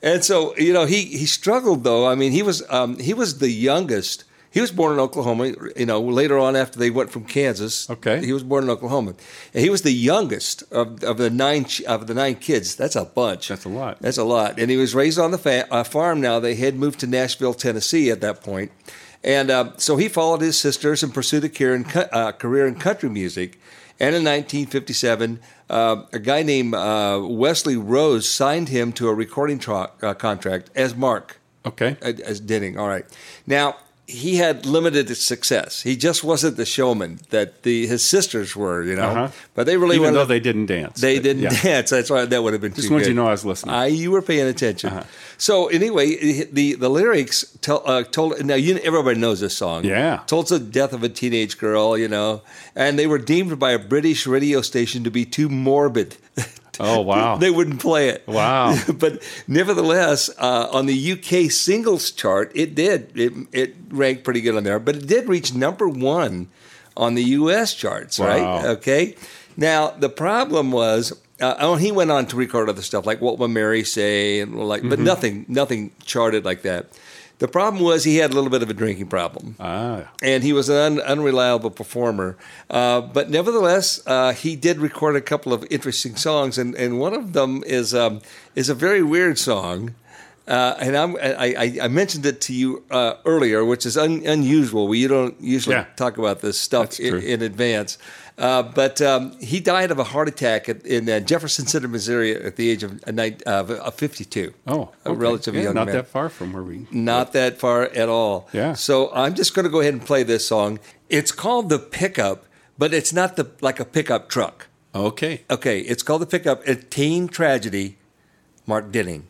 [SPEAKER 3] And so you know he he struggled though. I mean he was um, he was the youngest. He was born in Oklahoma. You know later on after they went from Kansas.
[SPEAKER 2] Okay.
[SPEAKER 3] he was born in Oklahoma, and he was the youngest of, of the nine ch- of the nine kids. That's a bunch.
[SPEAKER 2] That's a lot.
[SPEAKER 3] That's a lot. And he was raised on the fa- uh, farm. Now they had moved to Nashville, Tennessee at that point. And uh, so he followed his sisters and pursued a career in, co- uh, career in country music. And in 1957, uh, a guy named uh, Wesley Rose signed him to a recording tro- uh, contract as Mark
[SPEAKER 2] Okay.
[SPEAKER 3] uh, as Denning. All right. Now he had limited success. He just wasn't the showman that the his sisters were. You know,
[SPEAKER 2] Uh-huh.
[SPEAKER 3] but they really
[SPEAKER 2] Even
[SPEAKER 3] wanted-
[SPEAKER 2] though they didn't dance.
[SPEAKER 3] They
[SPEAKER 2] But,
[SPEAKER 3] didn't
[SPEAKER 2] yeah.
[SPEAKER 3] dance. That's why that would have been
[SPEAKER 2] Just
[SPEAKER 3] too
[SPEAKER 2] wanted
[SPEAKER 3] good.
[SPEAKER 2] you to know I was listening. Uh-huh.
[SPEAKER 3] I you were paying attention. So anyway, the the lyrics tell uh, told now you everybody knows this song.
[SPEAKER 2] Yeah.
[SPEAKER 3] told the death of a teenage girl. You know, and they were deemed by a British radio station to be too morbid.
[SPEAKER 2] Oh, wow.
[SPEAKER 3] they wouldn't play it.
[SPEAKER 2] Wow.
[SPEAKER 3] but nevertheless, uh, on the UK singles chart, it did. It, it ranked pretty good on there, but it did reach number one on the US charts, right?
[SPEAKER 2] Wow.
[SPEAKER 3] Okay. Now, the problem was, uh, oh, he went on to record other stuff like What Will Mary Say, and like, but
[SPEAKER 2] Mm-hmm.
[SPEAKER 3] nothing, nothing charted like that. The problem was he had a little bit of a drinking problem
[SPEAKER 2] ah,
[SPEAKER 3] and he was an un- unreliable performer. Uh, but nevertheless, uh, he did record a couple of interesting songs, and, and one of them is um, is a very weird song. Uh, and I'm, I, I, I mentioned it to you uh, earlier, which is un, unusual. We you don't usually
[SPEAKER 2] Yeah.
[SPEAKER 3] talk about this stuff
[SPEAKER 2] That's
[SPEAKER 3] in,
[SPEAKER 2] true.
[SPEAKER 3] in advance. Uh, but um, he died of a heart attack at, in uh, Jefferson City, Missouri, at the age of, uh, nine- of uh, 52.
[SPEAKER 2] oh,
[SPEAKER 3] a
[SPEAKER 2] okay.
[SPEAKER 3] relatively
[SPEAKER 2] Yeah,
[SPEAKER 3] young
[SPEAKER 2] not
[SPEAKER 3] man
[SPEAKER 2] that far from where we.
[SPEAKER 3] not that far at all.
[SPEAKER 2] Yeah.
[SPEAKER 3] So I'm just going to go ahead and play this song. It's called the pickup, but it's not the like a pickup truck.
[SPEAKER 2] Okay.
[SPEAKER 3] Okay, it's called the pickup. A teen tragedy. Mark Denning.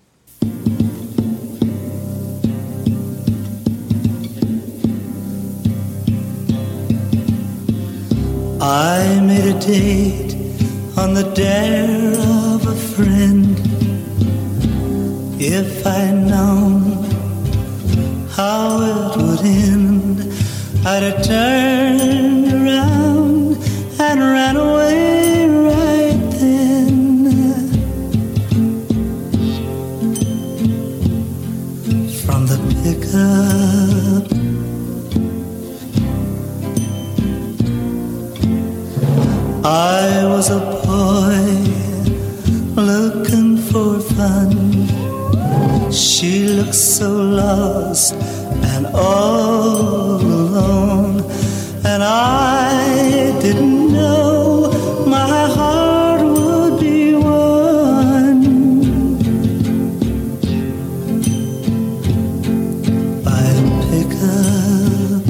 [SPEAKER 7] I made a date on the dare of a friend. If I'd known how it would end, I'd have turned around and ran away right then from the pickup. I was a boy looking for fun. She looked so lost and all alone, and I didn't know my heart would be won by a pickup.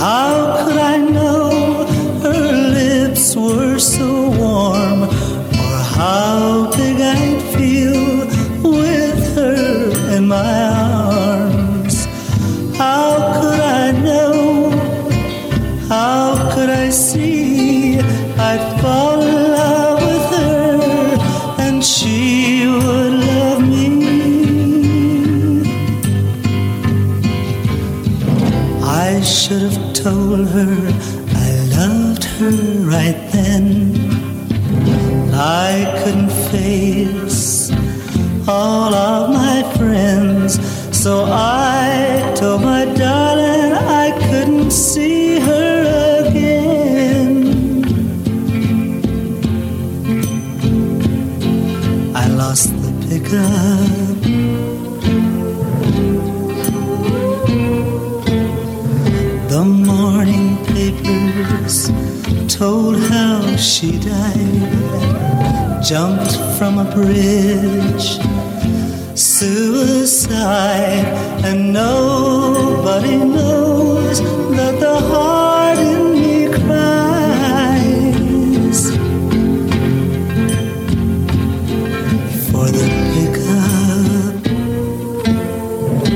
[SPEAKER 7] How could I know her lips were so warm? Or how big I'd feel with her in my arms? How could I know? How could I see I'd fall in love with her and she would love me? I should have told her I loved her right then. I couldn't face all of my friends, so I told my darling I couldn't see her again. I lost the pickup. The morning papers told how she died. Jumped from a bridge, suicide, and nobody knows that the heart in me cries for the pickup.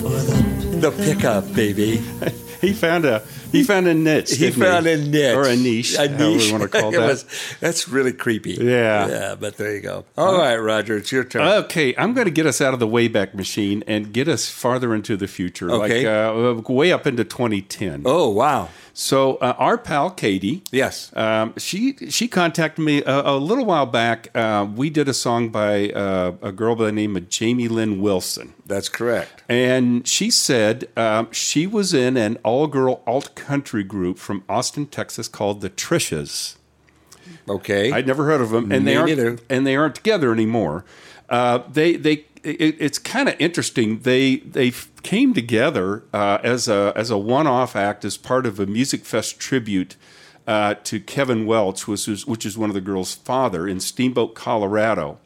[SPEAKER 7] For the
[SPEAKER 3] The pickup, baby.
[SPEAKER 2] He found a He found a niche.
[SPEAKER 3] He
[SPEAKER 2] didn't
[SPEAKER 3] found a niche
[SPEAKER 2] or a niche,
[SPEAKER 3] A
[SPEAKER 2] however
[SPEAKER 3] niche.
[SPEAKER 2] we want to call
[SPEAKER 3] It
[SPEAKER 2] that.
[SPEAKER 3] was- that's really creepy.
[SPEAKER 2] Yeah.
[SPEAKER 3] Yeah, but there you go. All right, Roger, it's your turn.
[SPEAKER 2] Okay, I'm going to get us out of the Wayback Machine and get us farther into the future,
[SPEAKER 3] Okay.
[SPEAKER 2] like uh, way up into 2010.
[SPEAKER 3] oh wow.
[SPEAKER 2] So uh, our pal Katie,
[SPEAKER 3] Yes.
[SPEAKER 2] um, she she contacted me a, a little while back. Uh, we did a song by uh, a girl by the name of Jamie Lynn Wilson.
[SPEAKER 3] That's correct.
[SPEAKER 2] And she said um, she was in an all girl alt country group from Austin, Texas called the Trishas.
[SPEAKER 3] Okay.
[SPEAKER 2] I'd never heard of them, and
[SPEAKER 3] Me
[SPEAKER 2] they aren't
[SPEAKER 3] neither.
[SPEAKER 2] and they aren't together anymore. Uh, they they it, it's kind of interesting. They they f- came together uh, as a as a one off act as part of a music fest tribute. Uh, to Kevin Welch, which is, which is one of the girls' father in Steamboat, Colorado,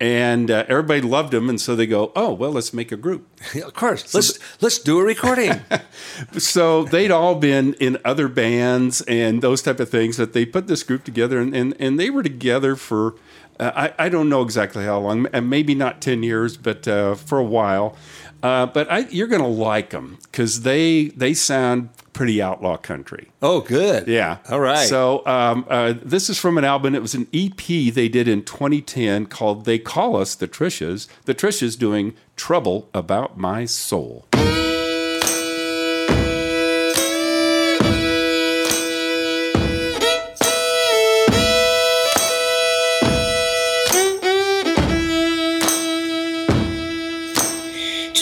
[SPEAKER 2] and uh, everybody loved him, and so they go, "Oh well, let's make a group."
[SPEAKER 3] of course. let's let's do a recording.
[SPEAKER 2] so they'd all been in other bands and those type of things but they put this group together and, and, and they were together for uh, I, I don't know exactly how long and maybe not 10 years but uh, for a while uh, but I, you're going to like them because they, they sound pretty outlaw country
[SPEAKER 3] oh, good.
[SPEAKER 2] yeah.
[SPEAKER 3] All right.
[SPEAKER 2] So um, uh, this is from an album. It was an EP they did in 2010 called "They Call Us the Trishas." The Trishas doing "Trouble About My Soul."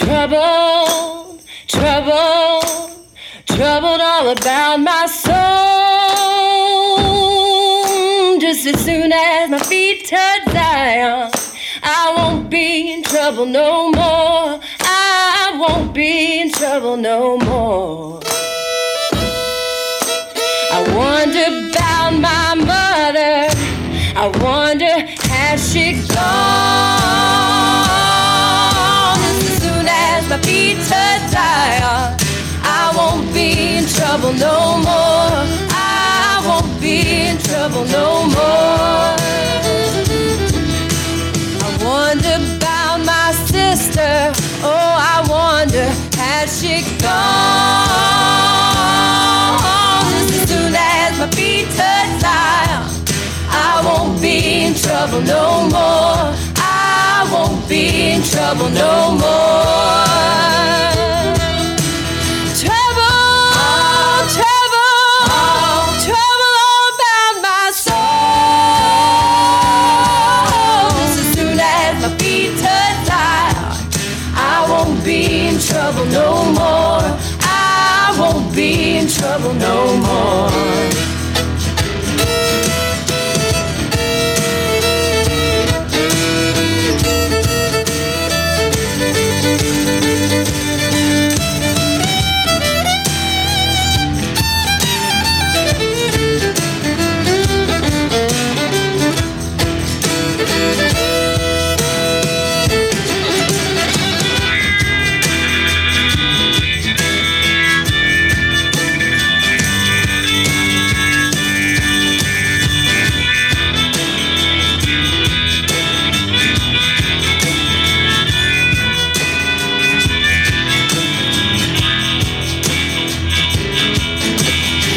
[SPEAKER 8] Trouble, trouble, troubled all about my soul. Just as soon as my feet touch Zion, I won't be in trouble no more. I won't be in trouble no more. I wonder about my mother. I wonder has she gone? As soon as my feet touch tire, I won't be in trouble no more. I won't be in trouble no more. I wonder about my sister. Oh, I wonder, has she gone? As soon as my feet touch tile, I won't be in trouble no more. I won't be in trouble no more. Trouble, trouble, trouble all about my soul. Just as soon as my feet touch tile, I won't be in trouble no more. I won't be in trouble no more.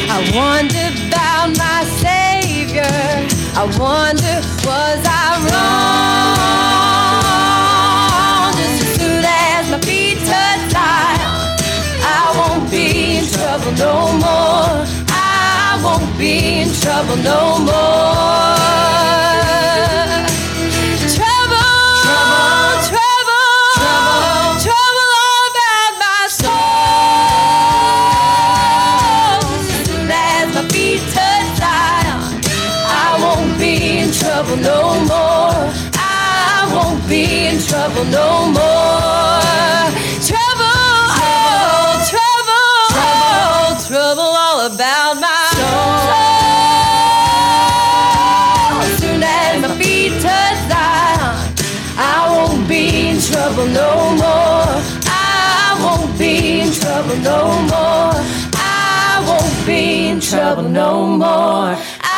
[SPEAKER 8] I wonder about my savior. I wonder, was I wrong? Just as soon as my feet touch Zion, I won't be in trouble no more. I won't be in trouble no more. Trouble, trouble, trouble, trouble, trouble all about my soul. As soon as my feet touch Zion, I won't be in trouble no more. I won't be in trouble no more. Trouble, trouble, trouble, trouble, trouble all about my soul. As soon as my feet touch Zion, I won't be in trouble no more. I won't be in trouble no more. I won't be in trouble no more. I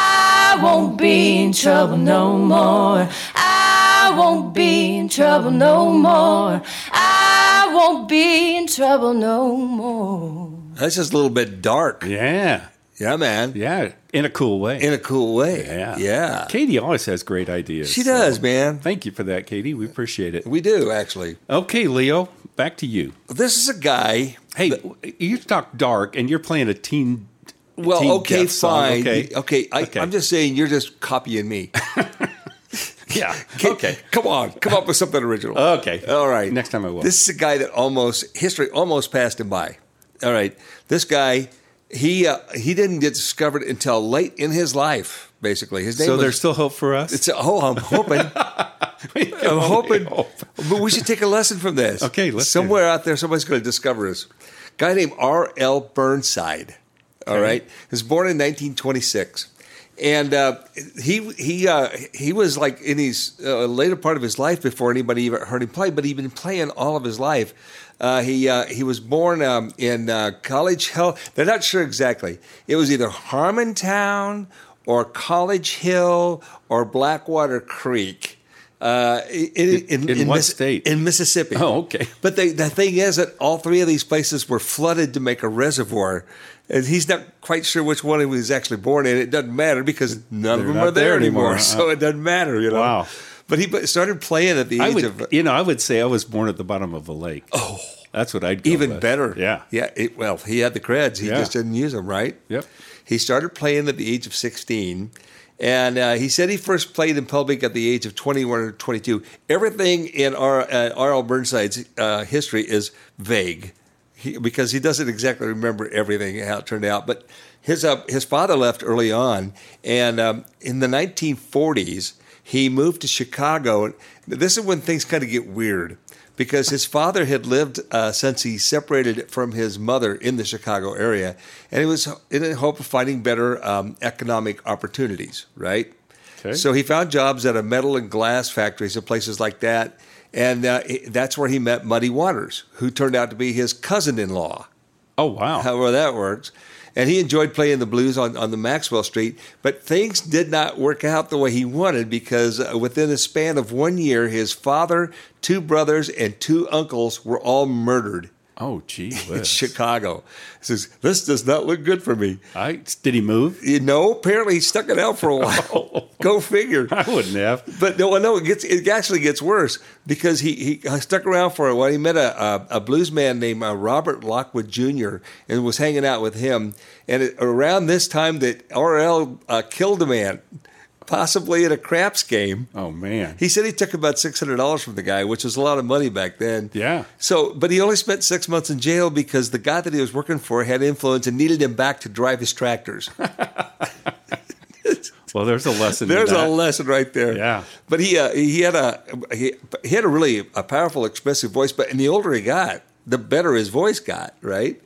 [SPEAKER 8] won't be in trouble no more. I won't be in trouble no more. I won't be in trouble no more.
[SPEAKER 3] That's just a little bit dark. Yeah,
[SPEAKER 2] Yeah.
[SPEAKER 3] man.
[SPEAKER 2] Yeah. In a cool way.
[SPEAKER 3] In a cool way.
[SPEAKER 2] yeah.
[SPEAKER 3] Yeah.
[SPEAKER 2] Katie always has great ideas.
[SPEAKER 3] She
[SPEAKER 2] so
[SPEAKER 3] does, man.
[SPEAKER 2] Thank you for that, Katie. We appreciate it.
[SPEAKER 3] We do, actually.
[SPEAKER 2] Okay, Leo, back to you.
[SPEAKER 3] This is a guy.
[SPEAKER 2] Hey, you talk dark and you're playing a teen.
[SPEAKER 3] Well,
[SPEAKER 2] Teen
[SPEAKER 3] okay,
[SPEAKER 2] Death song,
[SPEAKER 3] fine.
[SPEAKER 2] okay.
[SPEAKER 3] Okay, I,
[SPEAKER 2] Okay.
[SPEAKER 3] I'm just saying you're just copying me.
[SPEAKER 2] Yeah.
[SPEAKER 3] okay. Come on. Come up with something original.
[SPEAKER 2] Okay.
[SPEAKER 3] All right.
[SPEAKER 2] Next time I will.
[SPEAKER 3] This is a guy that almost, history almost passed him by. All right. This guy, he uh, he didn't get discovered until late in his life, basically. His name
[SPEAKER 2] so
[SPEAKER 3] was,
[SPEAKER 2] there's still hope for us.
[SPEAKER 3] It's, oh, I'm hoping. I'm hoping. But we should take a lesson from this.
[SPEAKER 2] Okay, let's do
[SPEAKER 3] Somewhere out there, somebody's going to discover us. Guy named R.L. Burnside. All right, He was born in 1926, and uh, he he uh, he was like in his uh, later part of his life before anybody even heard him play, but he'd been playing all of his life. Uh, he uh, he was born um, in uh, College Hill. They're not sure exactly. It was either Harmontown or College Hill or Blackwater Creek. Uh, in, in,
[SPEAKER 2] in what
[SPEAKER 3] Mis-
[SPEAKER 2] state?
[SPEAKER 3] In Mississippi.
[SPEAKER 2] Oh, okay.
[SPEAKER 3] But they, the thing is that all three of these places were flooded to make a reservoir, and he's not quite sure which one he was actually born in. It doesn't matter because none
[SPEAKER 2] They're
[SPEAKER 3] of them
[SPEAKER 2] not
[SPEAKER 3] are there
[SPEAKER 2] there
[SPEAKER 3] anymore,
[SPEAKER 2] anymore. Uh-huh. Uh,
[SPEAKER 3] so it doesn't matter. You know.
[SPEAKER 2] Wow.
[SPEAKER 3] But he bu- started playing at the
[SPEAKER 2] I
[SPEAKER 3] age
[SPEAKER 2] would,
[SPEAKER 3] of uh,
[SPEAKER 2] you know, I would say I was born at the bottom of a lake. Oh, that's what I'd go
[SPEAKER 3] even
[SPEAKER 2] with.
[SPEAKER 3] better.
[SPEAKER 2] Yeah,
[SPEAKER 3] Yeah. It, well, he had the creds. He
[SPEAKER 2] Yeah.
[SPEAKER 3] just didn't use them, right?
[SPEAKER 2] Yep.
[SPEAKER 3] He started playing at the age of 16. And uh, he said he first played in public at the age of 21 or 22. Everything in R. Uh, R.L. Burnside's uh, history is vague he, because he doesn't exactly remember everything, how it turned out. But his, uh, his father left early on. And um, in the 1940s, he moved to Chicago. This is when things kind of get weird because his father had lived uh, since he separated from his mother in the Chicago area, and he was in the hope of finding better um, economic opportunities, right?
[SPEAKER 2] Okay.
[SPEAKER 3] So he found jobs at a metal and glass factories and places like that, and uh, it- that's where he met Muddy Waters, who turned out to be his cousin-in-law
[SPEAKER 2] Oh wow.
[SPEAKER 3] however that works. And he enjoyed playing the blues on, on the Maxwell Street, but things did not work out the way he wanted because uh, within a span of one year, his father, two brothers, and two uncles were all murdered
[SPEAKER 2] oh gee
[SPEAKER 3] in
[SPEAKER 2] whiz.
[SPEAKER 3] Chicago. He says, This does not look good for me.
[SPEAKER 2] I did he move? Oh.
[SPEAKER 3] You know, apparently he stuck it out for a while. Go figure.
[SPEAKER 2] I wouldn't have.
[SPEAKER 3] But no, no, it gets it actually gets worse because he, he stuck around for a while. He met a a, a blues man named uh, Robert Lockwood Jr. and was hanging out with him. And it, around this time, that RL uh, killed a man, possibly in a craps game.
[SPEAKER 2] Oh man.
[SPEAKER 3] He said he took about six hundred dollars from the guy, which was a lot of money back then.
[SPEAKER 2] Yeah.
[SPEAKER 3] So, but he only spent six months in jail because the guy that he was working for had influence and needed him back to drive his tractors.
[SPEAKER 2] Well, there's a lesson. in
[SPEAKER 3] There's a
[SPEAKER 2] that.
[SPEAKER 3] lesson right there.
[SPEAKER 2] Yeah.
[SPEAKER 3] But he uh, he had a he, he had a really a powerful expressive voice. But and the older he got, the better his voice got. Right.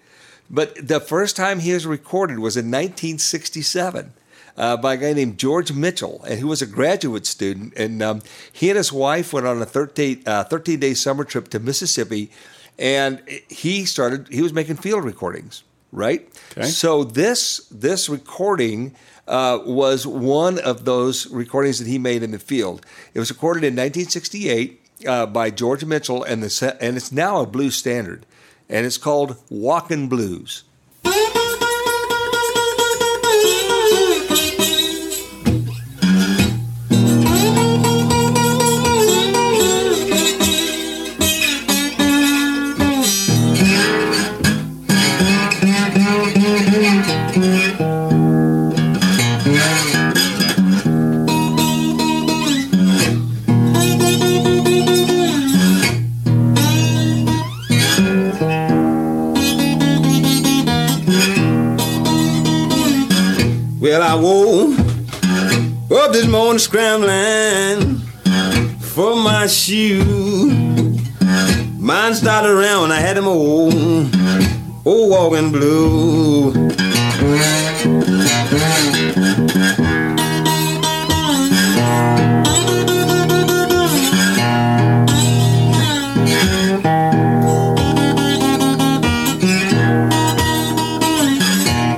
[SPEAKER 3] But the first time he was recorded was in 1967. Uh, by a guy named George Mitchell, and who was a graduate student, and um, he and his wife went on a 13, uh, 13 day summer trip to Mississippi, and he started. He was making field recordings, right?
[SPEAKER 2] Okay.
[SPEAKER 3] So this this recording uh, was one of those recordings that he made in the field. It was recorded in 1968 uh, by George Mitchell, and the se- and it's now a blues standard, and it's called Walkin' Blues.
[SPEAKER 9] Well, I woke up this morning scrambling for my shoe. Mine started around when I had them old, old walking blue.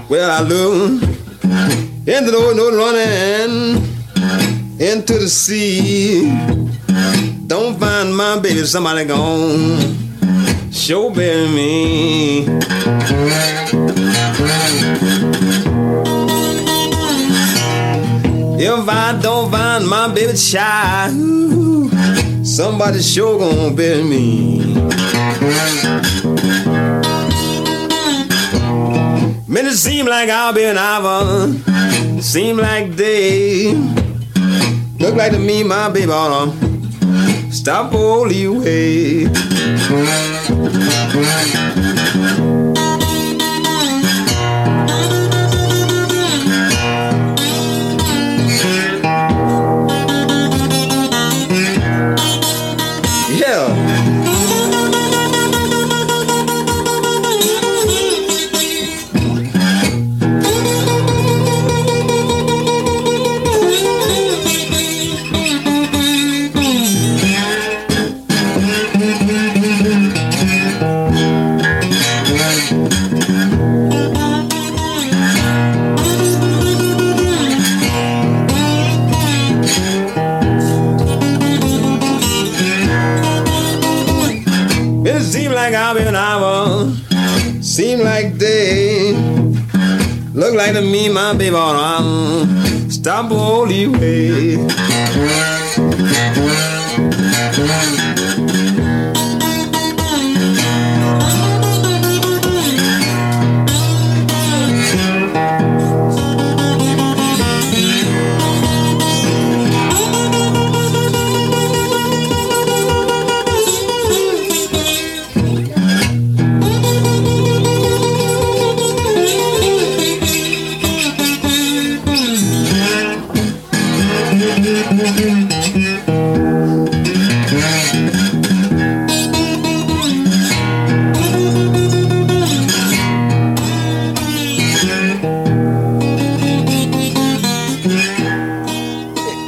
[SPEAKER 9] Well, I looked into the old old running into the sea. Don't find my baby, somebody gone, Show bear me. If I don't find my baby child, ooh, somebody sure gonna bury me. Man, it seem like I'll be an hour. Seem like day. Look like to me, my baby oughta stop all you way. Yeah. It seem like I've been hour. Seem like day. Look like to me, my baby, I'm stop all the way.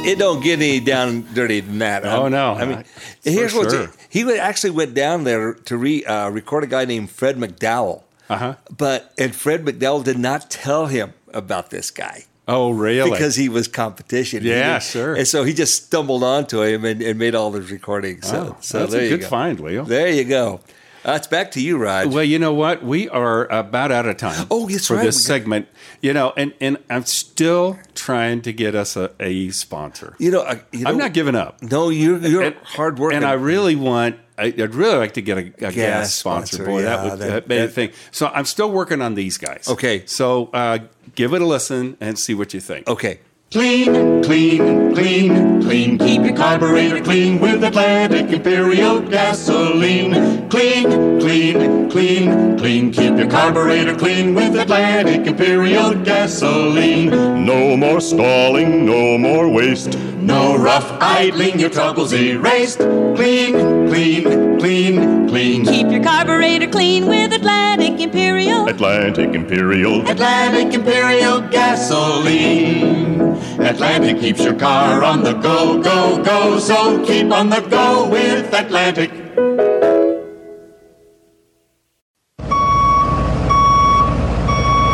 [SPEAKER 3] It don't get any down dirty than that.
[SPEAKER 2] Oh, no.
[SPEAKER 3] I mean,
[SPEAKER 2] For
[SPEAKER 3] here's what's
[SPEAKER 2] sure.
[SPEAKER 3] he wa- actually went down there to re, uh, record a guy named Fred McDowell,
[SPEAKER 2] Uh-huh.
[SPEAKER 3] but and Fred McDowell did not tell him about this guy.
[SPEAKER 2] Oh, really?
[SPEAKER 3] Because he was competition, He
[SPEAKER 2] Yeah,
[SPEAKER 3] didn't-
[SPEAKER 2] sure.
[SPEAKER 3] and so he just stumbled onto him and, and made all those recordings. So,
[SPEAKER 2] Oh,
[SPEAKER 3] so
[SPEAKER 2] that's
[SPEAKER 3] there
[SPEAKER 2] a
[SPEAKER 3] you
[SPEAKER 2] good
[SPEAKER 3] go.
[SPEAKER 2] find, Leo.
[SPEAKER 3] There you go. Uh, it's back to you, Rod.
[SPEAKER 2] Well, you know what? We are about out of time.
[SPEAKER 3] Oh, that's
[SPEAKER 2] for
[SPEAKER 3] right.
[SPEAKER 2] this
[SPEAKER 3] We got-
[SPEAKER 2] segment, you know, and and I'm still trying to get us a, a sponsor.
[SPEAKER 3] you know, uh, you
[SPEAKER 2] I'm
[SPEAKER 3] know-
[SPEAKER 2] not giving up.
[SPEAKER 3] No, you're you're
[SPEAKER 2] And-
[SPEAKER 3] hard working,
[SPEAKER 2] and I really want. I- I'd really like to get a, a gas,
[SPEAKER 3] Gas
[SPEAKER 2] sponsor.
[SPEAKER 3] sponsor,
[SPEAKER 2] Boy, that
[SPEAKER 3] yeah,
[SPEAKER 2] would
[SPEAKER 3] that-
[SPEAKER 2] that made a
[SPEAKER 3] that-
[SPEAKER 2] thing. So I'm still working on these guys.
[SPEAKER 3] Okay.
[SPEAKER 2] So uh, give it a listen and see what you think.
[SPEAKER 3] okay.
[SPEAKER 10] Clean, clean, clean, clean. Keep your carburetor clean with Atlantic Imperial gasoline. Clean, clean, clean, clean. Keep your carburetor clean with Atlantic Imperial gasoline. No more stalling, no more waste. No rough idling, your troubles erased. Clean, clean, clean, clean.
[SPEAKER 6] Keep your carburetor clean with Atlantic Imperial.
[SPEAKER 10] Atlantic Imperial.
[SPEAKER 6] Atlantic
[SPEAKER 10] Imperial gasoline. Atlantic keeps your car on the go, go, go. So keep on the go with Atlantic.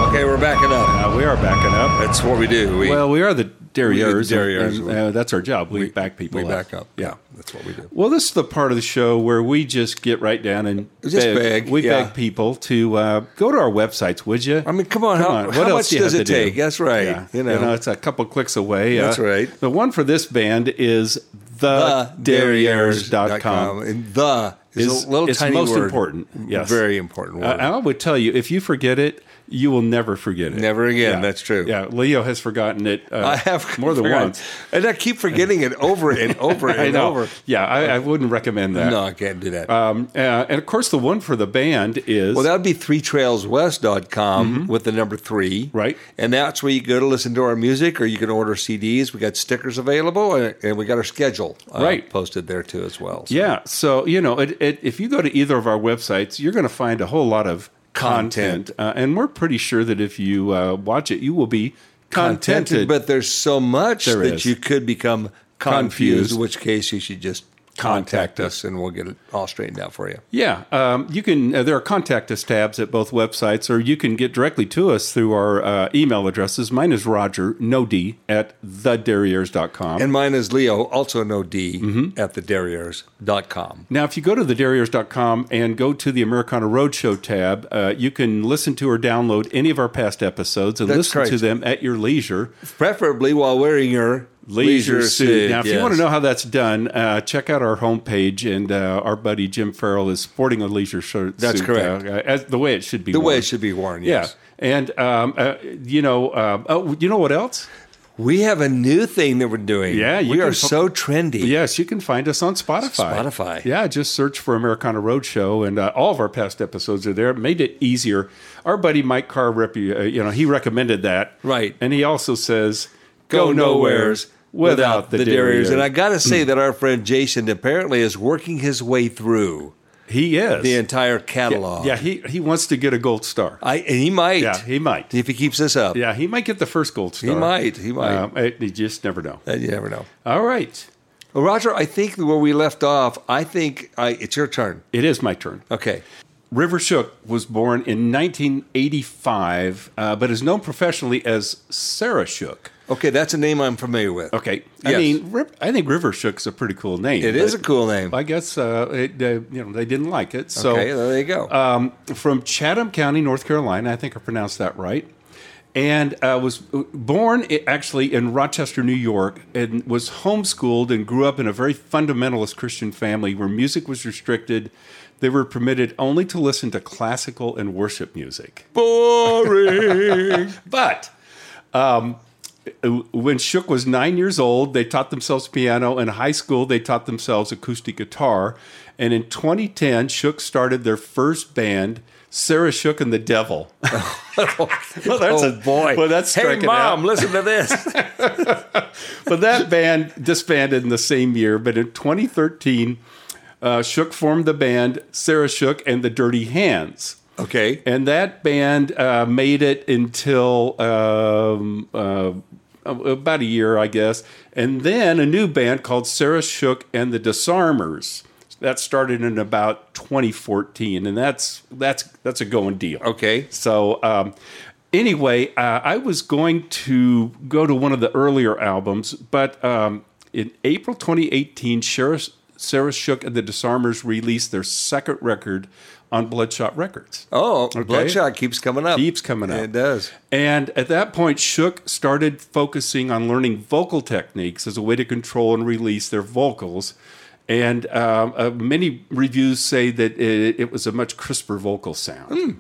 [SPEAKER 3] Okay, we're backing up.
[SPEAKER 2] Uh, we are backing up.
[SPEAKER 3] That's what we do. We,
[SPEAKER 2] well, we are the dairyers.
[SPEAKER 3] dairyers.
[SPEAKER 2] and, uh, that's our job. We, back people.
[SPEAKER 3] we
[SPEAKER 2] up.
[SPEAKER 3] back up.
[SPEAKER 2] Yeah.
[SPEAKER 3] that's what we do.
[SPEAKER 2] Well, this is the part of the show where we just get right down and
[SPEAKER 3] Just beg,
[SPEAKER 2] we
[SPEAKER 3] yeah.
[SPEAKER 2] beg people to uh, go to our websites, would you?
[SPEAKER 3] I mean, come on, how- how much does it take? That's right,
[SPEAKER 2] You,
[SPEAKER 3] you
[SPEAKER 2] know.
[SPEAKER 3] know.
[SPEAKER 2] it's a couple clicks away. uh,
[SPEAKER 3] That's right.
[SPEAKER 2] The one for this band is the,
[SPEAKER 3] TheDarriers.com. And the is,
[SPEAKER 2] Is-
[SPEAKER 3] a little
[SPEAKER 2] it's
[SPEAKER 3] tiny
[SPEAKER 2] most
[SPEAKER 3] word.
[SPEAKER 2] important. Yes.
[SPEAKER 3] Very important word.
[SPEAKER 2] Uh, I would tell you, if you forget it, you will never forget it.
[SPEAKER 3] Never again.
[SPEAKER 2] Yeah.
[SPEAKER 3] That's true.
[SPEAKER 2] Yeah, Leo has forgotten it. Uh,
[SPEAKER 3] I have
[SPEAKER 2] more than
[SPEAKER 3] forgotten.
[SPEAKER 2] once.
[SPEAKER 3] And I keep forgetting it over and over
[SPEAKER 2] I
[SPEAKER 3] and
[SPEAKER 2] know.
[SPEAKER 3] over.
[SPEAKER 2] Yeah, I, I wouldn't recommend that.
[SPEAKER 3] No, I can't do that.
[SPEAKER 2] Um, uh, and of course, the one for the band is
[SPEAKER 3] well, that would be three trailswest.com with the number three.
[SPEAKER 2] Mm-hmm. Right.
[SPEAKER 3] And that's where you go to listen to our music or you can order CDs. We got stickers available and, and we got our schedule uh,
[SPEAKER 2] Right.
[SPEAKER 3] posted there too as well. So-
[SPEAKER 2] yeah. So you know, it, it, if you go to either of our websites, you're going to find a whole lot of content,
[SPEAKER 3] Content.
[SPEAKER 2] Uh, and we're pretty sure that if you uh, watch it, you will be contented.
[SPEAKER 3] But there's so much
[SPEAKER 2] There
[SPEAKER 3] that
[SPEAKER 2] is.
[SPEAKER 3] you could become confused,
[SPEAKER 2] Confused.
[SPEAKER 3] in which case you should just contact us and we'll get it all straightened out for you.
[SPEAKER 2] Yeah, um, you can. Uh, there are contact us tabs at both websites, or you can get directly to us through our uh, email addresses. Mine is Roger, no D, at thederriers.com.
[SPEAKER 3] And mine is Leo, also no D,
[SPEAKER 2] Mm-hmm.
[SPEAKER 3] at thederriers.com.
[SPEAKER 2] Now, if you go to thederriers.com and go to the Americana Roadshow tab, uh, you can listen to or download any of our past episodes and
[SPEAKER 3] That's
[SPEAKER 2] listen to
[SPEAKER 3] correct.
[SPEAKER 2] them at your leisure.
[SPEAKER 3] Preferably while wearing your
[SPEAKER 2] Leisure, suit. Now, if you
[SPEAKER 3] yes.
[SPEAKER 2] want to know how that's done, uh, check out our homepage, and uh, our buddy Jim Farrell is sporting a leisure shirt.
[SPEAKER 3] That's
[SPEAKER 2] suit,
[SPEAKER 3] correct.
[SPEAKER 2] uh, as the way it should be.
[SPEAKER 3] the way
[SPEAKER 2] worn.
[SPEAKER 3] it should be worn,
[SPEAKER 2] Yeah,
[SPEAKER 3] yes.
[SPEAKER 2] and um, uh, you know, uh, oh, you know what else?
[SPEAKER 3] We have a new thing that we're doing.
[SPEAKER 2] Yeah, you
[SPEAKER 3] we
[SPEAKER 2] can
[SPEAKER 3] are
[SPEAKER 2] pu-
[SPEAKER 3] so trendy.
[SPEAKER 2] Yes, you can find us on Spotify.
[SPEAKER 3] Spotify.
[SPEAKER 2] Yeah, just search for Americana Roadshow, and uh, all of our past episodes are there. It made it easier. Our buddy Mike Carr, rep, uh, you know, he recommended that.
[SPEAKER 3] Right.
[SPEAKER 2] And he also says,
[SPEAKER 3] go nowheres without the
[SPEAKER 2] dairies.
[SPEAKER 3] Dariers. And I got to
[SPEAKER 2] Hmm.
[SPEAKER 3] say that our friend Jason apparently is working his way through
[SPEAKER 2] he is.
[SPEAKER 3] the entire catalog.
[SPEAKER 2] yeah, he, he wants to get a gold star.
[SPEAKER 3] I, and he might.
[SPEAKER 2] Yeah, he might.
[SPEAKER 3] if he keeps this up.
[SPEAKER 2] Yeah, he might get the first gold star.
[SPEAKER 3] He might, he might.
[SPEAKER 2] Um, it- you just never know.
[SPEAKER 3] Uh, You never know.
[SPEAKER 2] All right.
[SPEAKER 3] Well, Roger, I think where we left off, I think I, it's your turn.
[SPEAKER 2] It is my turn.
[SPEAKER 3] Okay.
[SPEAKER 2] River Shook was born in 1985, uh, but is known professionally as Sarah Shook.
[SPEAKER 3] Okay, that's a name I'm familiar with.
[SPEAKER 2] Okay, I
[SPEAKER 3] Yes.
[SPEAKER 2] mean, Rip, I think River Shook's a pretty cool name.
[SPEAKER 3] It is a
[SPEAKER 2] but
[SPEAKER 3] cool name.
[SPEAKER 2] I guess uh, it, uh, you know they didn't like it. So
[SPEAKER 3] okay, there you go.
[SPEAKER 2] um, from Chatham County, North Carolina. I think I pronounced that right. And uh, was born i- actually in Rochester, New York, and was homeschooled and grew up in a very fundamentalist Christian family where music was restricted. They were permitted only to listen to classical and worship music.
[SPEAKER 3] Boring.
[SPEAKER 2] But um, when Shook was nine years old, they taught themselves piano. In high school, they taught themselves acoustic guitar. And in 2010, Shook started their first band, Sarah Shook and the Devil. well, that's
[SPEAKER 3] oh,
[SPEAKER 2] a-
[SPEAKER 3] boy.
[SPEAKER 2] Well, that's
[SPEAKER 3] hey,
[SPEAKER 2] striking out.
[SPEAKER 3] mom, listen to this.
[SPEAKER 2] but that band disbanded in the same year. But in 2013, uh, Shook formed the band Sarah Shook and the Dirty Hands.
[SPEAKER 3] okay.
[SPEAKER 2] And that band uh, made it until um, uh, about a year, I guess. And then a new band called Sarah Shook and the Disarmers. That started in about 2014, and that's that's that's a going deal.
[SPEAKER 3] Okay.
[SPEAKER 2] So um, anyway, uh, I was going to go to one of the earlier albums, but um, in April 2018, Sarah, Sarah Shook and the Disarmers released their second record on Bloodshot Records.
[SPEAKER 3] Oh, Bloodshot keeps coming up.
[SPEAKER 2] Keeps coming up.
[SPEAKER 3] It does.
[SPEAKER 2] And at that point, Shook started focusing on learning vocal techniques as a way to control and release their vocals. And um, uh, many reviews say that it, it was a much crisper vocal sound.
[SPEAKER 3] Hmm.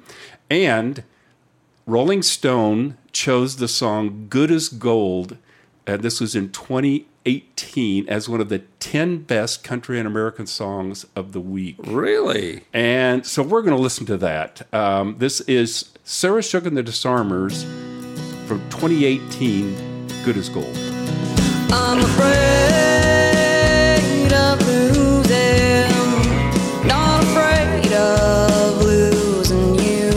[SPEAKER 2] And Rolling Stone chose the song Good as Gold, and this was in 2018, as one of the 10 best country and American songs of the week.
[SPEAKER 3] Really?
[SPEAKER 2] And so we're going to listen to that. Um, this is Sarah Shook and the Disarmers from 2018, Good as Gold.
[SPEAKER 6] I'm afraid of losing, not afraid of losing you.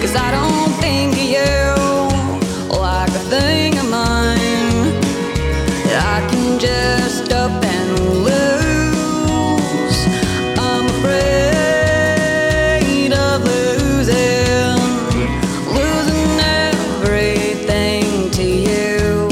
[SPEAKER 6] Cause I don't think of you like a thing of mine. I can just up and lose. I'm afraid of losing, losing everything to you.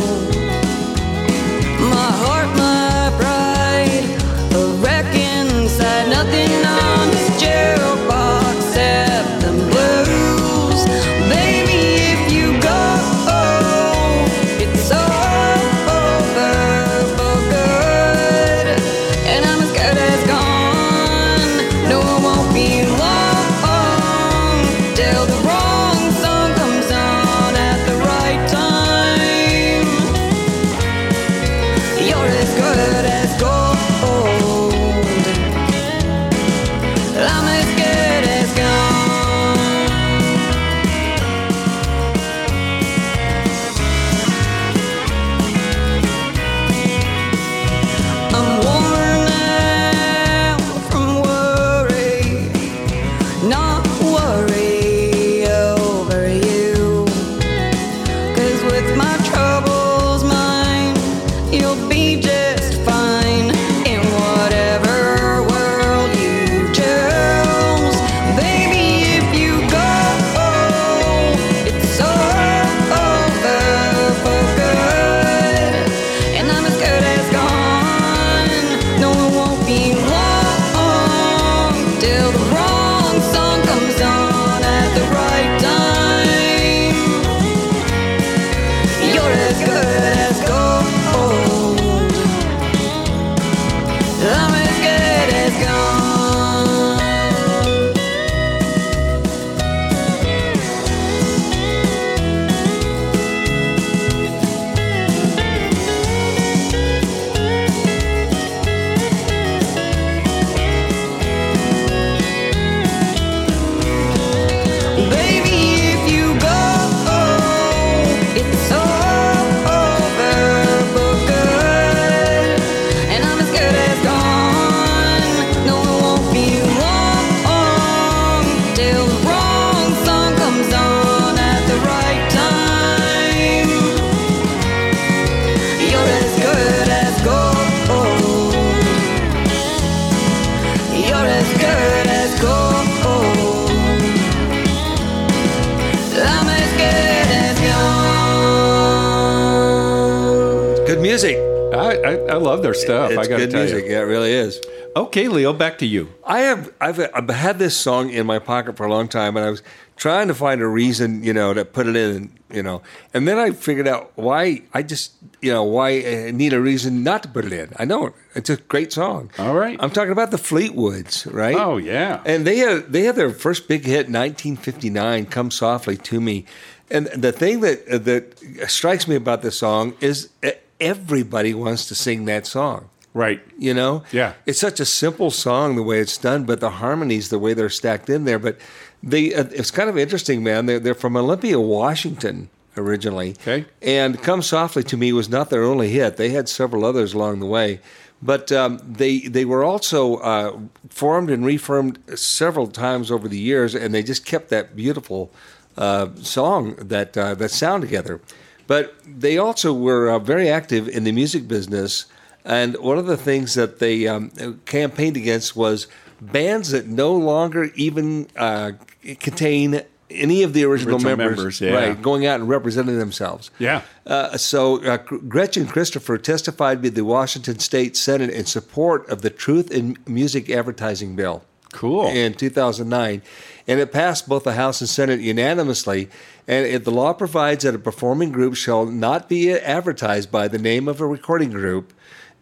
[SPEAKER 3] music.
[SPEAKER 2] I, I, I love their stuff.
[SPEAKER 3] It's
[SPEAKER 2] I got to
[SPEAKER 3] good
[SPEAKER 2] tell
[SPEAKER 3] music.
[SPEAKER 2] you.
[SPEAKER 3] Yeah, it really is.
[SPEAKER 2] Okay, Leo, back to you.
[SPEAKER 3] I have I've, I've had this song in my pocket for a long time, and I was trying to find a reason, you know, to put it in, you know, and then I figured out why I just, you know, why I need a reason not to put it in. I know it's a great song.
[SPEAKER 2] All right.
[SPEAKER 3] I'm talking about the Fleetwoods, right?
[SPEAKER 2] Oh, yeah.
[SPEAKER 3] And they had they had their first big hit, 1959, "Come Softly to Me," and the thing that that strikes me about this song is e- everybody wants to sing that song.
[SPEAKER 2] Right.
[SPEAKER 3] You know,
[SPEAKER 2] Yeah.
[SPEAKER 3] it's such a simple song the way it's done, but the harmonies, the way they're stacked in there. But they, uh, it's kind of interesting, man. They're, they're from Olympia, Washington originally.
[SPEAKER 2] Okay.
[SPEAKER 3] And "Come Softly to Me" was not their only hit. They had several others along the way, but um, they they were also uh, formed and reformed several times over the years, and they just kept that beautiful uh, song that uh, that sound together. But they also were uh, very active in the music business, and one of the things that they um, campaigned against was bands that no longer even uh, contain any of the original,
[SPEAKER 2] Original members, yeah.
[SPEAKER 3] right? going out and representing themselves.
[SPEAKER 2] Yeah.
[SPEAKER 3] Uh, so uh, Gr- Gretchen Christopher testified to the Washington State Senate in support of the Truth in Music Advertising Bill
[SPEAKER 2] Cool.
[SPEAKER 3] in 2009, and it passed both the House and Senate unanimously. And it, the law provides that a performing group shall not be advertised by the name of a recording group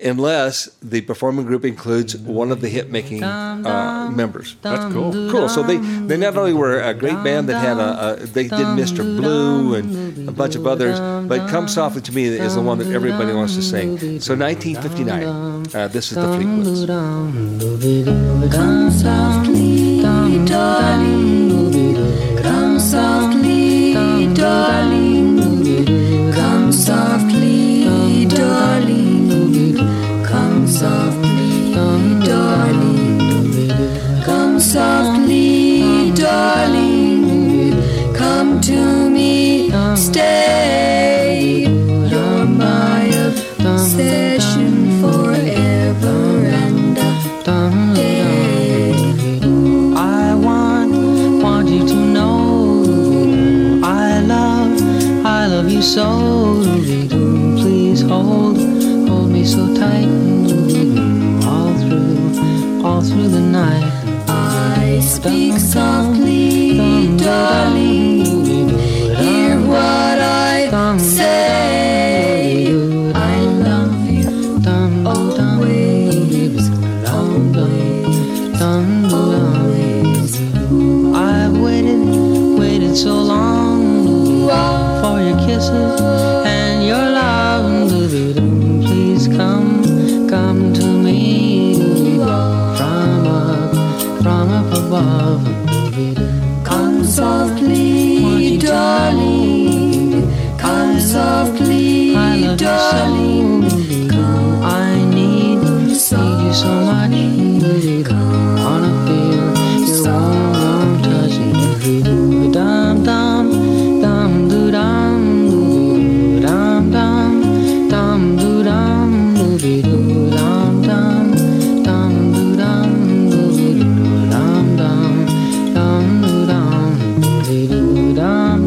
[SPEAKER 3] unless the performing group includes one of the hit-making uh, members.
[SPEAKER 2] That's cool.
[SPEAKER 3] Cool. So they, they not only were a great band that had a, a uh, they did Mr. Blue and a bunch of others, but Come Softly to Me is the one that everybody wants to sing. So 1959, uh, this is the Fleetwoods.
[SPEAKER 11] Come softly, darling. Come softly, darling. Come softly, darling. Come softly, darling. Come softly, darling. Come to me, stay. You're my obsession forever and a day. I want, want you to know. I love, I love you so. Please hold, hold me so tight. All through, all through the night. I speak softly, darling. Hear what I say. I love you always, always, always. I've waited, waited so long for your kisses and your love. Please come, come to me from up, from up above. Come softly, darling. Come softly, darling. I need, need you so much. Wanna feel your warm touch. Dum dum dum doo dum dum dum dum doo dum doo doo dum dum dum doo dum doo doo dum dum dum doo dum doo doo dum dum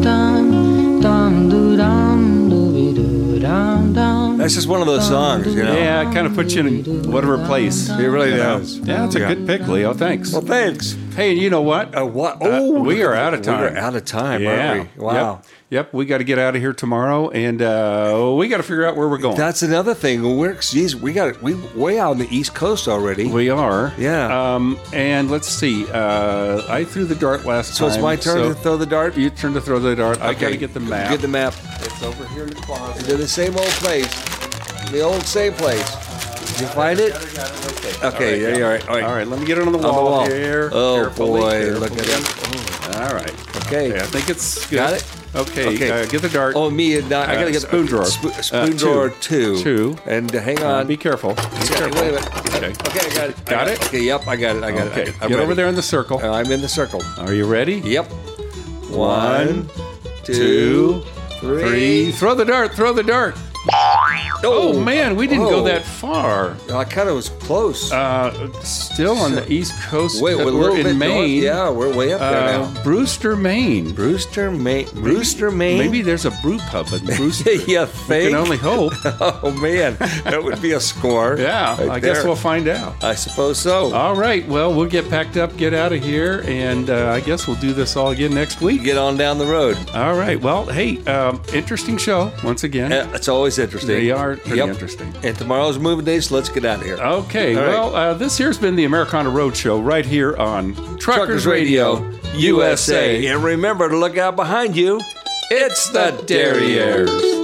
[SPEAKER 11] dum doo dum doo doo dum dum.
[SPEAKER 3] That's just one of those songs, you know.
[SPEAKER 2] Yeah, it kind of puts you in whatever place.
[SPEAKER 3] It really
[SPEAKER 2] You know?
[SPEAKER 3] does.
[SPEAKER 2] Yeah, it's a
[SPEAKER 3] Yeah.
[SPEAKER 2] good pick, Leo. Thanks.
[SPEAKER 3] Well, thanks.
[SPEAKER 2] Hey, you know what?
[SPEAKER 3] Uh, what?
[SPEAKER 2] Uh, we are out of time.
[SPEAKER 3] We are out of time,
[SPEAKER 2] yeah.
[SPEAKER 3] aren't we? Wow.
[SPEAKER 2] Yep. Yep, we got to get out of here tomorrow, and uh, we got to figure out where we're going.
[SPEAKER 3] That's another thing. We're geez, we got we way out on the East Coast already.
[SPEAKER 2] we are.
[SPEAKER 3] Yeah.
[SPEAKER 2] Um, and let's see. Uh, I threw the dart last
[SPEAKER 3] so
[SPEAKER 2] time.
[SPEAKER 3] it's my turn
[SPEAKER 2] so
[SPEAKER 3] to throw the dart.
[SPEAKER 2] You turn to throw the dart. I got to
[SPEAKER 3] Okay,
[SPEAKER 2] get the map.
[SPEAKER 3] Get the map. It's over here in the closet. They're the same old place. The old same place. Did you find it? Okay. yeah, yeah, all right. All right.
[SPEAKER 2] All right, let me get it on the
[SPEAKER 3] On the
[SPEAKER 2] wall,
[SPEAKER 3] wall.
[SPEAKER 2] here.
[SPEAKER 3] Oh,
[SPEAKER 2] Carefully,
[SPEAKER 3] boy,
[SPEAKER 2] carefully.
[SPEAKER 3] look at it.
[SPEAKER 2] Oh, All right.
[SPEAKER 3] Okay.
[SPEAKER 2] I think it's good.
[SPEAKER 3] Got it?
[SPEAKER 2] Okay,
[SPEAKER 3] Okay.
[SPEAKER 2] uh, get the dart.
[SPEAKER 3] Oh, me and I, I
[SPEAKER 2] Uh,
[SPEAKER 3] gotta get
[SPEAKER 2] spoon drawer.
[SPEAKER 3] Sp-
[SPEAKER 2] Uh,
[SPEAKER 3] spoon
[SPEAKER 2] two.
[SPEAKER 3] drawer two.
[SPEAKER 2] Two.
[SPEAKER 3] And uh, hang
[SPEAKER 2] Uh,
[SPEAKER 3] on.
[SPEAKER 2] be careful. Be
[SPEAKER 3] Okay,
[SPEAKER 2] careful.
[SPEAKER 3] wait a minute.
[SPEAKER 2] Okay.
[SPEAKER 3] Okay, I got it. I
[SPEAKER 2] Got it?
[SPEAKER 3] Okay, yep, I got it. I got
[SPEAKER 2] Okay,
[SPEAKER 3] it. I- I'm
[SPEAKER 2] get over
[SPEAKER 3] ready.
[SPEAKER 2] there in the circle.
[SPEAKER 3] Uh, I'm in the circle.
[SPEAKER 2] Are you ready?
[SPEAKER 3] Yep. One,
[SPEAKER 2] One,
[SPEAKER 3] two,
[SPEAKER 2] Oh, Throw the dart. Throw the dart. Oh, man, we didn't go that far.
[SPEAKER 3] I kind of was close.
[SPEAKER 2] Uh, still on the East Coast.
[SPEAKER 3] Wait,
[SPEAKER 2] uh,
[SPEAKER 3] we're a little
[SPEAKER 2] we're
[SPEAKER 3] bit
[SPEAKER 2] in
[SPEAKER 3] north.
[SPEAKER 2] Maine.
[SPEAKER 3] Yeah, we're way up there
[SPEAKER 2] Uh,
[SPEAKER 3] now.
[SPEAKER 2] Brewster, Maine.
[SPEAKER 3] Brewster, Maine. Brewster, Maine.
[SPEAKER 2] Maybe there's a brew pub in Brewster.
[SPEAKER 3] you
[SPEAKER 2] We
[SPEAKER 3] think?
[SPEAKER 2] can only hope.
[SPEAKER 3] oh man, that would be a score.
[SPEAKER 2] Yeah,
[SPEAKER 3] right
[SPEAKER 2] I guess
[SPEAKER 3] there.
[SPEAKER 2] we'll find out.
[SPEAKER 3] I suppose so.
[SPEAKER 2] All right, well, we'll get packed up, get out of here, and uh, I guess we'll do this all again next week.
[SPEAKER 3] Get on down the road.
[SPEAKER 2] All right, well, hey, um, interesting show once again.
[SPEAKER 3] Uh, It's always interesting.
[SPEAKER 2] They are pretty
[SPEAKER 3] Yep.
[SPEAKER 2] interesting.
[SPEAKER 3] And tomorrow's moving day, so let's get out of here.
[SPEAKER 2] Okay,
[SPEAKER 3] All right.
[SPEAKER 2] well, uh, this here's been the Americana Road Show right here on Truckers,
[SPEAKER 3] Truckers
[SPEAKER 2] Radio,
[SPEAKER 3] Radio USA. And remember to look out behind you. It's the Derriers.